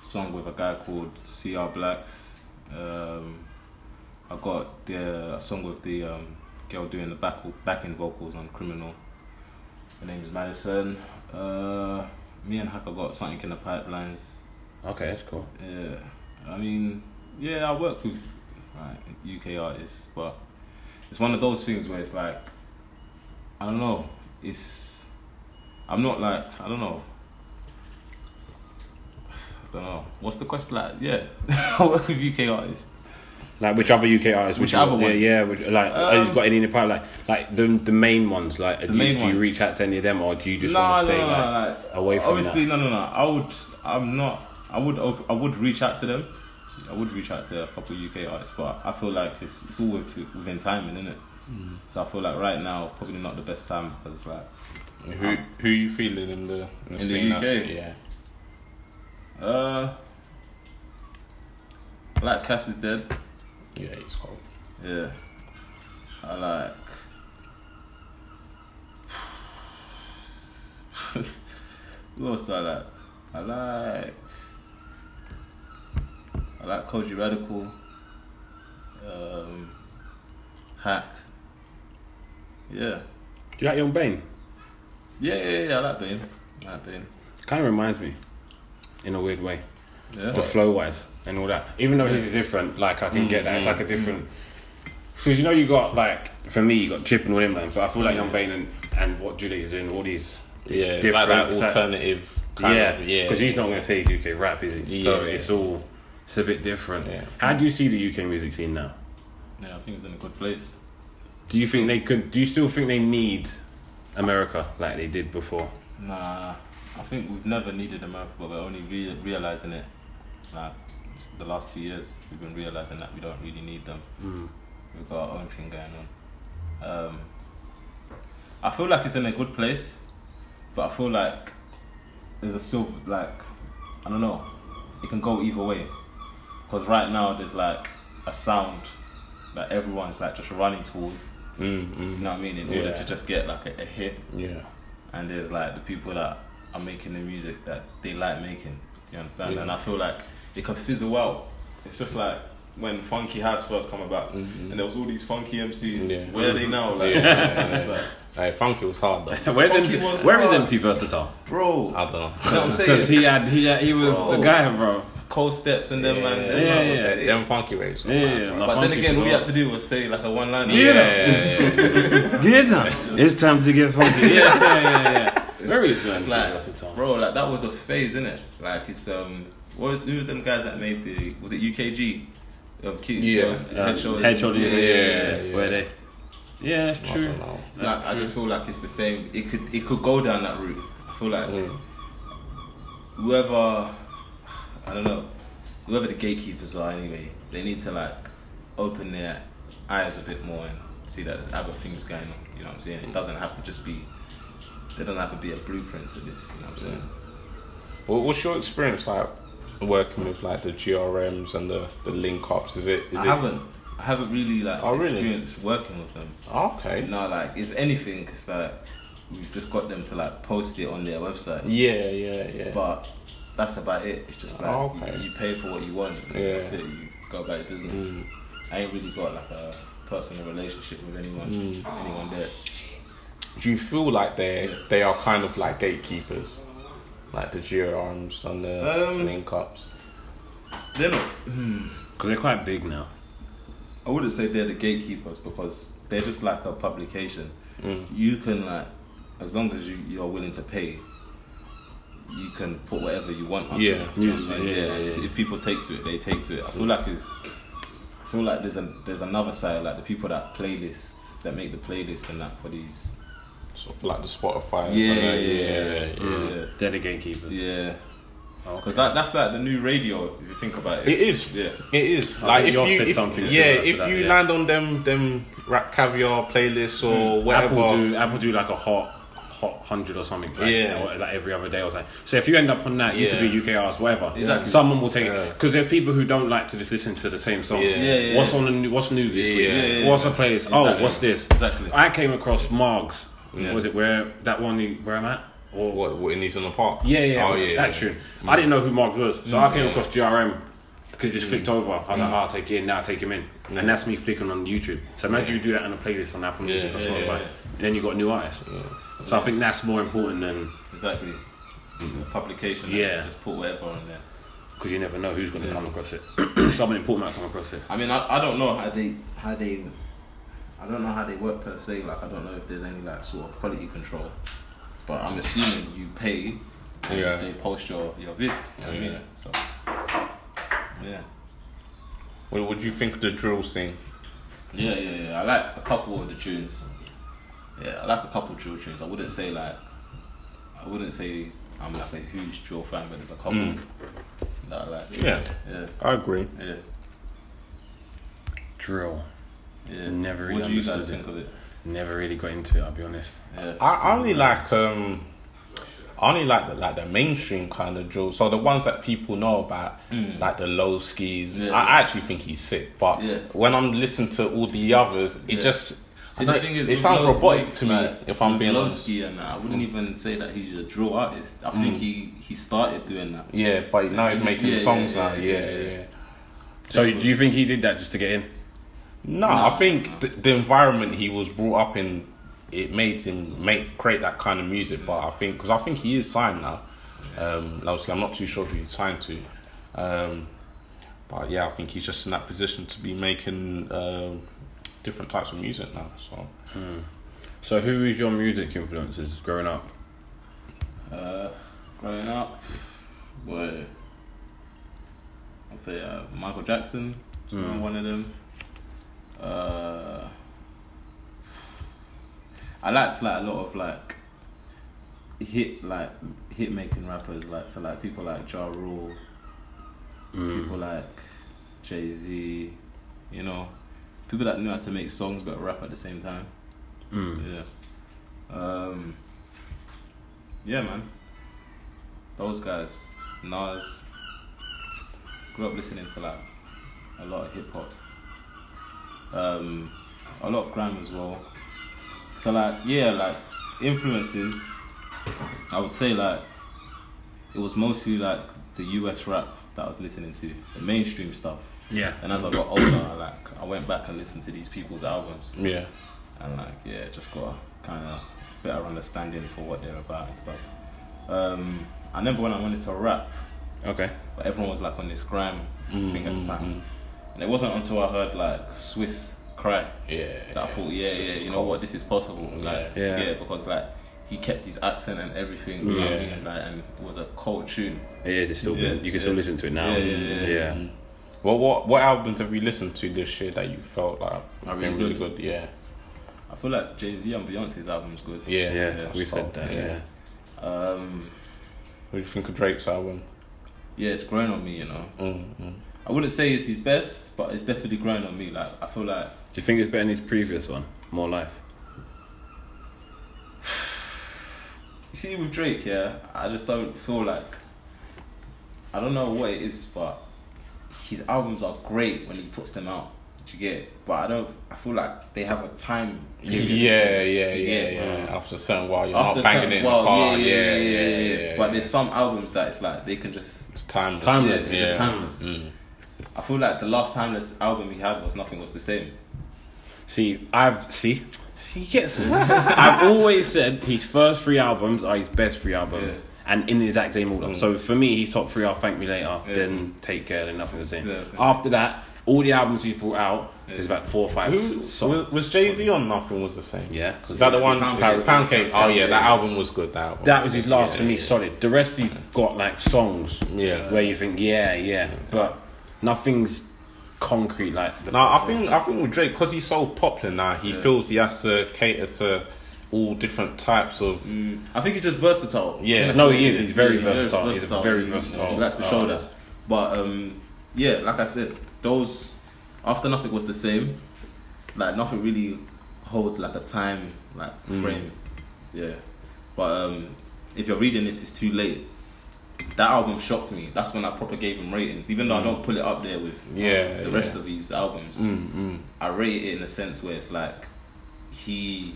[SPEAKER 3] a song with a guy called CR Blacks. Um, I got the a song with the um, girl doing the back backing vocals on Criminal. Her name is Madison. Uh, me and Hacker got something in the pipelines.
[SPEAKER 1] Okay, that's cool.
[SPEAKER 3] Yeah, I mean, yeah, I work with like UK artists, but it's one of those things where it's like, I don't know. It's I'm not like I don't know. *sighs* I don't know. What's the question? Like, yeah, *laughs* I work with UK artists.
[SPEAKER 1] Like which other UK artists? would
[SPEAKER 3] Which
[SPEAKER 1] you-
[SPEAKER 3] other
[SPEAKER 1] Yeah,
[SPEAKER 3] ones?
[SPEAKER 1] yeah. Which, like, have you got any in the pipeline? Like, like the the main ones. Like, do,
[SPEAKER 3] main
[SPEAKER 1] you, do
[SPEAKER 3] ones.
[SPEAKER 1] you reach out to any of them, or do you just
[SPEAKER 3] no,
[SPEAKER 1] want
[SPEAKER 3] no,
[SPEAKER 1] to stay
[SPEAKER 3] no, no,
[SPEAKER 1] like
[SPEAKER 3] like,
[SPEAKER 1] away from
[SPEAKER 3] obviously
[SPEAKER 1] that?
[SPEAKER 3] no, no, no. I would. I'm not. I would. op- I would reach out to them. I would reach out to a couple of UK artists, but I feel like it's it's all with, within timing, isn't it? So I feel like right now probably not the best time because it's like
[SPEAKER 2] mm. Who who you feeling in the in the,
[SPEAKER 3] the
[SPEAKER 2] scene
[SPEAKER 3] UK?
[SPEAKER 2] Yeah.
[SPEAKER 3] Uh, I like Cass is dead.
[SPEAKER 2] Yeah, he's cold.
[SPEAKER 3] Yeah. I like. *laughs* Who else do I like? I like. I like Koji Radical. Um, Hack. Yeah.
[SPEAKER 1] Do you like Young Bane?
[SPEAKER 3] Yeah, yeah, yeah. I like Bane. I like Bane.
[SPEAKER 1] Kind of reminds me, in a weird way,
[SPEAKER 3] Yeah.
[SPEAKER 1] the flow wise and all that. Even though he's different, like I can get that. It's like a different. Because you know you got like for me you got Chip and Winman, but I feel like Young Bane and, and what Julie is doing all these. It's
[SPEAKER 2] yeah, it's like
[SPEAKER 1] different.
[SPEAKER 2] that
[SPEAKER 1] it's
[SPEAKER 2] alternative. kind
[SPEAKER 1] yeah,
[SPEAKER 2] of, yeah.
[SPEAKER 1] Because he's not going to take UK rap, is he? so
[SPEAKER 2] Yeah.
[SPEAKER 1] it's all it's a bit different.
[SPEAKER 2] Yeah.
[SPEAKER 1] How do you see the UK music scene now?
[SPEAKER 3] Yeah, I think it's in a good place.
[SPEAKER 1] Do you think they could? Do you still think they need America like they did before?
[SPEAKER 3] Nah, I think we've never needed America, but we're only re- realizing it. Like it's the last two years, we've been realizing that we don't really need them.
[SPEAKER 1] Mm.
[SPEAKER 3] We've got our own thing going on. Um, I feel like it's in a good place, but I feel like there's a silver like I don't know. It can go either way, because right now there's like a sound that everyone's like just running towards.
[SPEAKER 2] Mm,
[SPEAKER 3] You
[SPEAKER 2] mm,
[SPEAKER 3] know what I mean? In order
[SPEAKER 2] Yeah.
[SPEAKER 3] to just get like a, a hit
[SPEAKER 2] yeah.
[SPEAKER 3] and there's like the people that are making the music that they like making. You understand?
[SPEAKER 2] Yeah.
[SPEAKER 3] And I feel like it can fizzle out. It's just like when funky house first come about,
[SPEAKER 1] Mm-hmm.
[SPEAKER 3] and there was all these funky MCs.
[SPEAKER 2] Yeah.
[SPEAKER 3] Where are they now? Like,
[SPEAKER 2] Yeah.
[SPEAKER 3] you understand? it's like,
[SPEAKER 2] Like, funky was hard though.
[SPEAKER 1] *laughs* Where's
[SPEAKER 3] Fuck,
[SPEAKER 1] MC,
[SPEAKER 3] he was
[SPEAKER 1] where is
[SPEAKER 3] hard.
[SPEAKER 1] MC Versatile?
[SPEAKER 3] bro, you know
[SPEAKER 2] I don't know.
[SPEAKER 3] what I'm
[SPEAKER 1] Because
[SPEAKER 3] saying?
[SPEAKER 1] he had he had, he was
[SPEAKER 3] Bro.
[SPEAKER 1] the guy, bro.
[SPEAKER 3] Cold steps and them man. Them
[SPEAKER 1] Yeah,
[SPEAKER 3] man was
[SPEAKER 1] yeah.
[SPEAKER 3] sick.
[SPEAKER 2] Them funky raves.
[SPEAKER 1] Yeah, yeah, yeah.
[SPEAKER 3] But then again, all
[SPEAKER 1] we
[SPEAKER 3] you had to do was say like a one line.
[SPEAKER 1] Yeah.
[SPEAKER 2] yeah, yeah.
[SPEAKER 1] get down. It's time to get funky. Yeah, yeah, yeah, yeah. Where is
[SPEAKER 3] It's
[SPEAKER 1] MC
[SPEAKER 3] like,
[SPEAKER 1] Versatile?
[SPEAKER 3] bro, like that was a phase, innit? Like it's um, what who was them guys that made the was it UKG? Um, Q,
[SPEAKER 2] Yeah,
[SPEAKER 3] uh,
[SPEAKER 1] Um,
[SPEAKER 3] Head Shoulders.
[SPEAKER 1] Head Shoulders, yeah, yeah,
[SPEAKER 2] yeah,
[SPEAKER 1] yeah,
[SPEAKER 2] yeah.
[SPEAKER 1] Where they? Yeah, it's *laughs*
[SPEAKER 2] I
[SPEAKER 1] true.
[SPEAKER 2] don't know.
[SPEAKER 3] It's like I just feel like it's the same. It could it could go down that route. I feel like
[SPEAKER 2] Mm.
[SPEAKER 3] whoever I don't know whoever the gatekeepers are anyway, they need to like open their eyes a bit more and see that there's other things going on. You know what I'm saying?
[SPEAKER 2] Mm.
[SPEAKER 3] It doesn't have to just be. There doesn't have to be a blueprint to this. You know what I'm saying?
[SPEAKER 2] Mm. What, what's your experience like working with like the GRMs and the, the link ups? Is it? Is
[SPEAKER 3] I
[SPEAKER 2] it
[SPEAKER 3] haven't. I haven't really like
[SPEAKER 2] Oh, really?
[SPEAKER 3] experienced working with them.
[SPEAKER 2] Okay.
[SPEAKER 3] No, like if anything, it's like we've just got them to like post it on their website.
[SPEAKER 2] Yeah, yeah, yeah.
[SPEAKER 3] But that's about it. It's just like
[SPEAKER 2] Oh, okay.
[SPEAKER 3] you, you pay for what you want. and
[SPEAKER 2] Yeah.
[SPEAKER 3] That's it. You go about your business.
[SPEAKER 2] Mm.
[SPEAKER 3] I ain't really got like a personal relationship with anyone.
[SPEAKER 2] Mm.
[SPEAKER 3] Anyone there?
[SPEAKER 2] do you feel like they they are kind of like gatekeepers, like the GRMs and the
[SPEAKER 3] Um,
[SPEAKER 2] link ups?
[SPEAKER 3] They're not.
[SPEAKER 1] Because they're quite big now.
[SPEAKER 3] I wouldn't say they're the gatekeepers because they're just like a publication.
[SPEAKER 2] Mm.
[SPEAKER 3] You can like, as long as you you're willing to pay, you can put whatever you want. on
[SPEAKER 2] Yeah.
[SPEAKER 3] it. You know what
[SPEAKER 1] Yeah,
[SPEAKER 3] I'm saying?
[SPEAKER 1] yeah, yeah, yeah.
[SPEAKER 3] If people take to it, they take to it. I feel like it's, I feel like there's a there's another side like the people that playlist that make the playlist and that for these.
[SPEAKER 2] Sort of like the Spotify. and
[SPEAKER 3] Yeah,
[SPEAKER 2] stuff like-
[SPEAKER 3] yeah, yeah.
[SPEAKER 1] Mm. They're the gatekeepers.
[SPEAKER 3] Yeah,
[SPEAKER 1] Okay.
[SPEAKER 3] because Oh, that that's like the new radio if you think about it.
[SPEAKER 2] It is.
[SPEAKER 3] Yeah.
[SPEAKER 2] It is.
[SPEAKER 1] I
[SPEAKER 2] like
[SPEAKER 1] think
[SPEAKER 2] if
[SPEAKER 1] Yoss
[SPEAKER 2] you
[SPEAKER 1] said
[SPEAKER 2] if,
[SPEAKER 1] something
[SPEAKER 2] yeah,
[SPEAKER 1] similar to
[SPEAKER 2] if
[SPEAKER 1] that,
[SPEAKER 2] you
[SPEAKER 1] yeah.
[SPEAKER 2] land on them them rap caviar playlists or whatever.
[SPEAKER 1] Mm. Apple do Apple do like a hot hot hundred or something. Like,
[SPEAKER 2] Yeah.
[SPEAKER 1] or, like every other day or something. So if you end up on that,
[SPEAKER 2] Yeah.
[SPEAKER 1] YouTube, UK artists, whatever,
[SPEAKER 3] Exactly.
[SPEAKER 1] someone will take
[SPEAKER 2] Yeah.
[SPEAKER 1] it because there's people who don't like to just listen to the same song.
[SPEAKER 2] Yeah.
[SPEAKER 3] Yeah, yeah,
[SPEAKER 1] What's
[SPEAKER 3] yeah.
[SPEAKER 1] on the new, What's new this
[SPEAKER 2] Yeah,
[SPEAKER 1] week?
[SPEAKER 2] yeah,
[SPEAKER 3] yeah,
[SPEAKER 1] what's
[SPEAKER 3] yeah.
[SPEAKER 1] the playlist? Oh,
[SPEAKER 3] Exactly.
[SPEAKER 1] what's this?
[SPEAKER 3] Exactly.
[SPEAKER 1] I came across Margs.
[SPEAKER 3] Yeah.
[SPEAKER 1] Was it where that one? you- Where I'm at? Or
[SPEAKER 2] What, what in these on the park?
[SPEAKER 1] yeah, yeah,
[SPEAKER 2] Oh yeah.
[SPEAKER 1] that
[SPEAKER 2] yeah.
[SPEAKER 1] tune.
[SPEAKER 3] Mm.
[SPEAKER 1] I didn't know who Margs was, so I came across GRM. Could just flicked over. I was like,
[SPEAKER 3] Mm.
[SPEAKER 1] oh, I'll take you in now, take him in. And that's me flicking on YouTube. So imagine you do that on a playlist on Apple Music or
[SPEAKER 2] yeah,
[SPEAKER 1] Spotify.
[SPEAKER 3] yeah, yeah.
[SPEAKER 1] And then you got new artists. So I think that's more important than
[SPEAKER 3] Exactly. A publication. that
[SPEAKER 1] Yeah.
[SPEAKER 3] Just put whatever on there.
[SPEAKER 1] because you never know who's going to come across it. *clears throat* Someone important might come across it.
[SPEAKER 3] I mean, I, I don't know how they how they I don't know how they work per se. Like I don't know if there's any like sort of quality control, but I'm assuming you pay and
[SPEAKER 2] Yeah.
[SPEAKER 3] they post your your vid. You know what I mean,
[SPEAKER 2] Yeah.
[SPEAKER 3] so yeah,
[SPEAKER 2] What, what do you think of the drill scene?
[SPEAKER 3] yeah, yeah, yeah. I like a couple of the tunes. Yeah, I like a couple of drill tunes. I wouldn't say like I wouldn't say I'm like a huge drill fan, but there's a couple
[SPEAKER 2] Mm.
[SPEAKER 3] that I like.
[SPEAKER 2] Yeah,
[SPEAKER 3] yeah,
[SPEAKER 2] I agree.
[SPEAKER 3] yeah.
[SPEAKER 1] Drill.
[SPEAKER 3] yeah.
[SPEAKER 1] Never really
[SPEAKER 3] What do you guys
[SPEAKER 1] understood it.
[SPEAKER 3] think of it?
[SPEAKER 1] Never really got into it, I'll be honest.
[SPEAKER 3] Yeah.
[SPEAKER 2] I I only like um I only like the like the mainstream kind of drill. So the ones that people know about, like the low skis.
[SPEAKER 3] Mm. Yeah.
[SPEAKER 2] I actually think he's sick, but
[SPEAKER 3] Yeah.
[SPEAKER 2] when I'm listening to all the others, it
[SPEAKER 3] Yeah.
[SPEAKER 2] just
[SPEAKER 3] See,
[SPEAKER 2] I
[SPEAKER 3] the
[SPEAKER 2] don't-
[SPEAKER 3] thing is,
[SPEAKER 2] it
[SPEAKER 3] with
[SPEAKER 2] sounds
[SPEAKER 3] Lo-
[SPEAKER 2] robotic to me.
[SPEAKER 3] like,
[SPEAKER 2] if I'm
[SPEAKER 3] with
[SPEAKER 2] being honest, Mm.
[SPEAKER 3] Lowski and that, I wouldn't even say that he's a drill artist. I think he he started doing that.
[SPEAKER 2] yeah. But now he's
[SPEAKER 3] Yeah,
[SPEAKER 2] making
[SPEAKER 3] yeah,
[SPEAKER 2] songs
[SPEAKER 3] yeah,
[SPEAKER 2] now.
[SPEAKER 3] yeah,
[SPEAKER 2] Yeah,
[SPEAKER 3] yeah.
[SPEAKER 2] yeah.
[SPEAKER 1] So do you think he did that just to get in?
[SPEAKER 2] No, I think th- the environment he was brought up in, it made him make create that kind of music. But I think because I think he is signed now. Um, obviously, I'm not too sure who he's signed to. Um, but yeah, I think he's just in that position to be making um different types of music now. So
[SPEAKER 1] Hmm. So who is your music influences growing up?
[SPEAKER 3] Uh, growing up, boy, I'd say uh, Michael Jackson, is
[SPEAKER 1] Mm.
[SPEAKER 3] one of them. Uh, I liked like a lot of like hit like hit making rappers like so like people like Ja Rule,
[SPEAKER 1] Mm,
[SPEAKER 3] people like Jay Z, you know, people that knew how to make songs but rap at the same time.
[SPEAKER 1] Mm.
[SPEAKER 3] Yeah. Um, yeah, man. Those guys, Nas. Grew up listening to like a lot of hip hop. Um, a lot of grime as well. So like, yeah, like influences. I would say like it was mostly like the US rap that I was listening to, the mainstream stuff.
[SPEAKER 1] Yeah.
[SPEAKER 3] And as I got older, *coughs* I like I went back and listened to these people's albums
[SPEAKER 2] yeah,
[SPEAKER 3] and like yeah, just got a kind of better understanding for what they're about and stuff. Um, I remember when I wanted to rap,
[SPEAKER 1] Okay.
[SPEAKER 3] but everyone was like on this grime
[SPEAKER 2] Mm,
[SPEAKER 3] thing at the time, and it wasn't until I heard like Swiss cry
[SPEAKER 2] yeah.
[SPEAKER 3] that I thought, yeah, yeah, you know what, this is possible. Like,
[SPEAKER 1] Yeah.
[SPEAKER 3] yeah, because like he kept his accent and everything, you know what I mean? Like, and it was a cold tune.
[SPEAKER 1] It is. It's still.
[SPEAKER 3] Yeah,
[SPEAKER 1] you can still
[SPEAKER 3] yeah.
[SPEAKER 1] listen to it now.
[SPEAKER 3] Yeah, yeah, yeah.
[SPEAKER 2] Well, what what albums have you listened to this year that you felt like
[SPEAKER 3] Are
[SPEAKER 2] been
[SPEAKER 3] really
[SPEAKER 2] really good? Yeah,
[SPEAKER 3] I feel like Jay Z and Beyonce's album's good.
[SPEAKER 2] yeah,
[SPEAKER 1] Yeah,
[SPEAKER 3] Yeah,
[SPEAKER 1] we
[SPEAKER 3] it's
[SPEAKER 1] said
[SPEAKER 2] cool.
[SPEAKER 1] that.
[SPEAKER 2] Yeah.
[SPEAKER 1] Yeah.
[SPEAKER 3] Um,
[SPEAKER 2] What do you think of Drake's album?
[SPEAKER 3] yeah, it's growing on me, you know.
[SPEAKER 2] Mm, mm.
[SPEAKER 3] I wouldn't say it's his best, but it's definitely growing on me. Like, I feel like
[SPEAKER 1] Do you think it's better than his previous one? More life.
[SPEAKER 3] You see, with Drake, yeah, I just don't feel like. I don't know what it is, but his albums are great when he puts them out. Do you get? it? But I don't. I feel like they have a time. period.
[SPEAKER 2] *laughs* Yeah,
[SPEAKER 3] Do you
[SPEAKER 2] yeah, yeah, yeah.
[SPEAKER 3] get it?
[SPEAKER 2] After a certain while, you're
[SPEAKER 3] After
[SPEAKER 2] not banging it
[SPEAKER 3] certain
[SPEAKER 2] in
[SPEAKER 3] while,
[SPEAKER 2] the car.
[SPEAKER 3] yeah, yeah, yeah, yeah,
[SPEAKER 2] yeah.
[SPEAKER 3] But there's some albums that it's like they can just.
[SPEAKER 2] it's timeless.
[SPEAKER 1] timeless,
[SPEAKER 3] yeah,
[SPEAKER 2] yeah.
[SPEAKER 3] it's timeless.
[SPEAKER 2] Mm.
[SPEAKER 3] I feel like the last timeless album he had was nothing was the same.
[SPEAKER 1] See, I've see. He gets me. *laughs* I've always said his first three albums are his best three albums, and in the exact same order. So for me, his top three are "Thank Me Later,"
[SPEAKER 3] Yeah.
[SPEAKER 1] then "Take Care," then "Nothing the Same."
[SPEAKER 3] Yeah, same.
[SPEAKER 1] After that, all the albums he's brought out, there's about four or five.
[SPEAKER 2] Who,
[SPEAKER 1] songs.
[SPEAKER 2] was was Jay Z on Nothing Was the Same?
[SPEAKER 1] Yeah,
[SPEAKER 2] Is that the one?
[SPEAKER 3] Pound
[SPEAKER 2] Pound,
[SPEAKER 3] Cake.
[SPEAKER 2] Pound Cake. Oh, yeah, that
[SPEAKER 3] Yeah.
[SPEAKER 2] album was good. That album.
[SPEAKER 1] That was his last
[SPEAKER 2] Yeah,
[SPEAKER 1] for me,
[SPEAKER 2] yeah.
[SPEAKER 1] solid. The rest he got like songs,
[SPEAKER 2] Yeah.
[SPEAKER 1] where you think, yeah, yeah, but nothing's concrete like. The
[SPEAKER 2] No, I think I think with Drake, because he's so popular now, he feels he has to cater to all different types of.
[SPEAKER 3] I think he's just versatile. I
[SPEAKER 2] Yeah.
[SPEAKER 3] think that's
[SPEAKER 1] No,
[SPEAKER 3] what
[SPEAKER 1] he
[SPEAKER 3] it
[SPEAKER 1] is. He's very versatile. He's a very
[SPEAKER 3] He-
[SPEAKER 1] versatile uh,
[SPEAKER 3] He likes to
[SPEAKER 1] artist.
[SPEAKER 3] show that. But um, yeah, like I said, those after nothing was the same. Like nothing really holds like a time like
[SPEAKER 1] Mm.
[SPEAKER 3] frame. Yeah, but um, if you're reading this, it's too late. That album shocked me. That's when I proper gave him ratings, even
[SPEAKER 1] Mm.
[SPEAKER 3] though I don't put it up there with
[SPEAKER 2] Yeah,
[SPEAKER 3] the rest
[SPEAKER 2] yeah.
[SPEAKER 3] of these albums.
[SPEAKER 2] Mm, mm.
[SPEAKER 3] I rate it in a sense where it's like he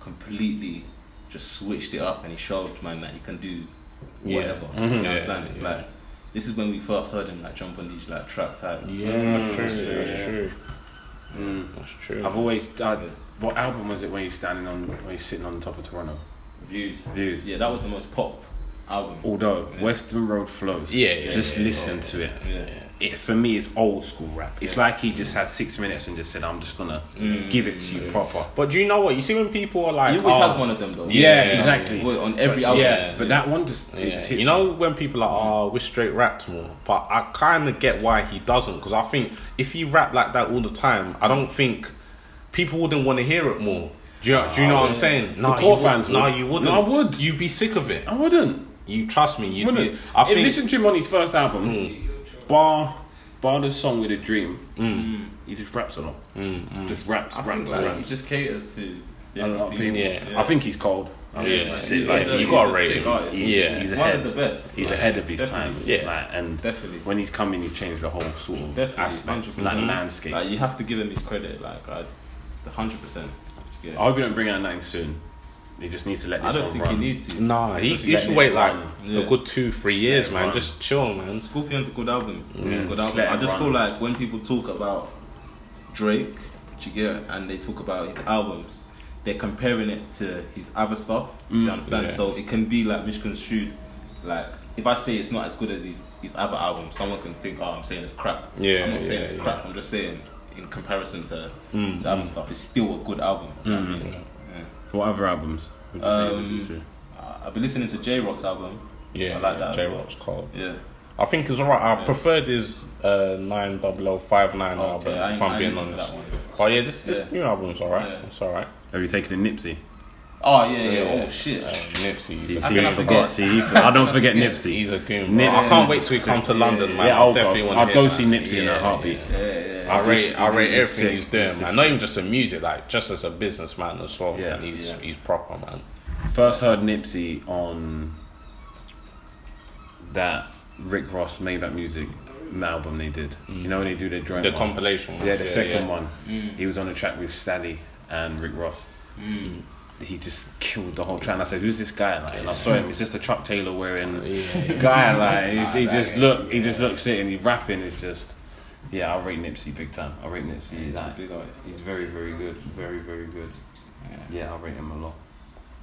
[SPEAKER 3] completely just switched it up and he showed man that he can do
[SPEAKER 2] Yeah.
[SPEAKER 3] whatever. Do
[SPEAKER 1] Mhm.
[SPEAKER 3] You understand?
[SPEAKER 2] Yeah,
[SPEAKER 3] It's
[SPEAKER 2] yeah.
[SPEAKER 3] like this is when we first heard him like jump on these like trap type.
[SPEAKER 1] Yeah,
[SPEAKER 2] that's true.
[SPEAKER 1] yeah,
[SPEAKER 2] that's
[SPEAKER 1] yeah.
[SPEAKER 2] true.
[SPEAKER 1] Mm.
[SPEAKER 2] That's true.
[SPEAKER 1] I've always. I, what album was it when he's standing on, when he's sitting on the top of Toronto?
[SPEAKER 3] Views.
[SPEAKER 1] Views.
[SPEAKER 3] Yeah, that was the most pop album.
[SPEAKER 1] Although
[SPEAKER 3] Yeah.
[SPEAKER 1] Western Road flows,
[SPEAKER 2] Yeah, yeah,
[SPEAKER 1] just
[SPEAKER 2] yeah,
[SPEAKER 1] listen to it.
[SPEAKER 3] Yeah.
[SPEAKER 1] It for me, it's old school rap. It's like he just had six minutes and just said, "I'm just gonna
[SPEAKER 2] Mm.
[SPEAKER 1] give it to you proper."
[SPEAKER 2] But do you know what? You see when people are like,
[SPEAKER 3] He always
[SPEAKER 2] oh,
[SPEAKER 3] has one of them though.
[SPEAKER 1] Yeah, exactly.
[SPEAKER 3] Well, on every album.
[SPEAKER 1] yeah, but that one just, it
[SPEAKER 2] Yeah.
[SPEAKER 1] just hits
[SPEAKER 2] You
[SPEAKER 1] me.
[SPEAKER 2] know when people are, oh, we straight rapped more, but I kind of get why he doesn't because I think if he rap like that all the time, I don't think people wouldn't want to hear it more. Do you, do you know what I'm saying? No,
[SPEAKER 1] The core
[SPEAKER 2] you wouldn't.
[SPEAKER 1] fans
[SPEAKER 2] No,
[SPEAKER 1] would.
[SPEAKER 2] you wouldn't.
[SPEAKER 1] No, I would.
[SPEAKER 2] You'd be sick of it.
[SPEAKER 1] I wouldn't.
[SPEAKER 2] You trust me. You'd
[SPEAKER 1] Wouldn't
[SPEAKER 2] be. I
[SPEAKER 1] if
[SPEAKER 2] think. Mm.
[SPEAKER 1] listen to him on his first album, bar bar the song
[SPEAKER 2] Mm.
[SPEAKER 1] with a dream, he just raps a lot. Just raps,
[SPEAKER 3] I
[SPEAKER 1] raps,
[SPEAKER 3] think like
[SPEAKER 1] raps.
[SPEAKER 3] he just caters to
[SPEAKER 1] a lot of people.
[SPEAKER 2] Yeah.
[SPEAKER 1] I think he's cold. I mean,
[SPEAKER 2] Yeah.
[SPEAKER 1] he's,
[SPEAKER 2] He's
[SPEAKER 1] like,
[SPEAKER 2] a-
[SPEAKER 1] you
[SPEAKER 2] he's
[SPEAKER 1] got
[SPEAKER 2] a
[SPEAKER 1] to rate
[SPEAKER 3] sick
[SPEAKER 1] him.
[SPEAKER 3] artist.
[SPEAKER 1] He's,
[SPEAKER 2] Yeah.
[SPEAKER 1] he's
[SPEAKER 3] One
[SPEAKER 1] ahead.
[SPEAKER 3] of the best.
[SPEAKER 1] He's
[SPEAKER 3] Like,
[SPEAKER 1] ahead of his
[SPEAKER 3] definitely.
[SPEAKER 1] time.
[SPEAKER 2] Yeah.
[SPEAKER 1] Like, and
[SPEAKER 3] Definitely.
[SPEAKER 1] when he's coming, he changed the whole sort of
[SPEAKER 3] Definitely,
[SPEAKER 1] aspect,
[SPEAKER 3] 100%.
[SPEAKER 1] like the landscape.
[SPEAKER 3] Like you have to give him his credit. Like I, hundred percent.
[SPEAKER 1] I hope you don't bring out nothing soon. He just needs to let
[SPEAKER 3] I
[SPEAKER 1] this
[SPEAKER 3] don't
[SPEAKER 1] one
[SPEAKER 3] think
[SPEAKER 1] run.
[SPEAKER 3] he needs to.
[SPEAKER 2] Nah, he,
[SPEAKER 1] Just
[SPEAKER 2] you
[SPEAKER 1] let
[SPEAKER 2] should
[SPEAKER 1] it
[SPEAKER 2] wait like
[SPEAKER 1] run.
[SPEAKER 3] Yeah.
[SPEAKER 2] a good two, three years,
[SPEAKER 1] let it
[SPEAKER 2] man.
[SPEAKER 1] run.
[SPEAKER 2] Just chill, man.
[SPEAKER 3] Scorpion's a good album. It's a
[SPEAKER 1] Yeah.
[SPEAKER 3] good
[SPEAKER 1] Just
[SPEAKER 3] album.
[SPEAKER 1] let
[SPEAKER 3] I
[SPEAKER 1] it
[SPEAKER 3] just
[SPEAKER 1] run.
[SPEAKER 3] feel like when people talk about Drake, do you get, it? and they talk about his albums, they're comparing it to his other stuff. Do you understand?
[SPEAKER 2] Mm, Yeah.
[SPEAKER 3] So it can be like misconstrued. Like if I say it's not as good as his, his other album, someone can think, oh, I'm saying it's crap.
[SPEAKER 2] Yeah,
[SPEAKER 3] I'm not saying
[SPEAKER 2] yeah,
[SPEAKER 3] it's
[SPEAKER 2] yeah. Mm,
[SPEAKER 3] crap. I'm just saying in comparison to his other stuff, it's still a good album. you know what I mean? Yeah.
[SPEAKER 1] What other albums? Would you say you
[SPEAKER 3] Um,
[SPEAKER 1] listen
[SPEAKER 3] Uh, I've been listening to J Rock's album.
[SPEAKER 2] Yeah,
[SPEAKER 3] I like that.
[SPEAKER 2] J Rock's cold.
[SPEAKER 3] Yeah.
[SPEAKER 2] I think it's alright. I
[SPEAKER 3] Yeah.
[SPEAKER 2] preferred his uh,
[SPEAKER 3] Okay,
[SPEAKER 2] 90059
[SPEAKER 3] I
[SPEAKER 2] album, Oh, if
[SPEAKER 3] ain't- I
[SPEAKER 2] I'm
[SPEAKER 3] ain't
[SPEAKER 2] being
[SPEAKER 3] listened to
[SPEAKER 2] honest.
[SPEAKER 3] that one.
[SPEAKER 2] Oh, yeah, this, this
[SPEAKER 3] Yeah.
[SPEAKER 2] new album's alright.
[SPEAKER 3] Yeah.
[SPEAKER 2] It's alright.
[SPEAKER 1] to? Have you taken a Nipsey?
[SPEAKER 3] Oh yeah, yeah.
[SPEAKER 2] Yeah.
[SPEAKER 3] Oh shit.
[SPEAKER 2] Uh, Nipsey.
[SPEAKER 1] See,
[SPEAKER 2] he's
[SPEAKER 1] see,
[SPEAKER 2] a-
[SPEAKER 3] think
[SPEAKER 1] he forget.
[SPEAKER 3] I forgot.
[SPEAKER 1] See, he, I don't forget Nipsey.
[SPEAKER 2] He's a goon. bro. I
[SPEAKER 1] Nipsey.
[SPEAKER 2] can't wait till he comes to
[SPEAKER 3] Yeah,
[SPEAKER 2] London,
[SPEAKER 3] yeah,
[SPEAKER 2] man.
[SPEAKER 1] yeah,
[SPEAKER 2] I
[SPEAKER 1] I'll
[SPEAKER 2] definitely
[SPEAKER 1] go.
[SPEAKER 2] want to
[SPEAKER 1] I'll
[SPEAKER 2] hear
[SPEAKER 1] go
[SPEAKER 2] that.
[SPEAKER 1] see Nipsey in a
[SPEAKER 2] Yeah,
[SPEAKER 1] heartbeat.
[SPEAKER 2] yeah.
[SPEAKER 3] Yeah, yeah.
[SPEAKER 2] I
[SPEAKER 1] This
[SPEAKER 2] rate, I
[SPEAKER 1] dude
[SPEAKER 2] rate
[SPEAKER 1] is
[SPEAKER 2] everything
[SPEAKER 1] sick.
[SPEAKER 2] he's doing,
[SPEAKER 1] This
[SPEAKER 2] man.
[SPEAKER 1] is
[SPEAKER 2] Not
[SPEAKER 1] sick.
[SPEAKER 2] even just in music, like just as a businessman as well.
[SPEAKER 1] Yeah.
[SPEAKER 2] man. He's
[SPEAKER 3] Yeah.
[SPEAKER 2] he's proper, man.
[SPEAKER 1] First heard Nipsey on that Rick Ross made that music album they did. You know when they do their joint
[SPEAKER 2] The
[SPEAKER 1] one?
[SPEAKER 2] compilation.
[SPEAKER 1] Yeah, the second
[SPEAKER 2] yeah.
[SPEAKER 1] one. He was on a track with Stally and Rick Ross. He just killed the whole track. And I said, "Who's this guy?" Like, and I saw him. It's just a Chuck Taylor wearing guy. Like, he, he just look. He just looks sitting. He's rapping. It's just, yeah. I rate Nipsey big time. I rate Nipsey. like,
[SPEAKER 3] Big artist.
[SPEAKER 1] he's very, very good. Very, very good. Yeah, I rate him a lot.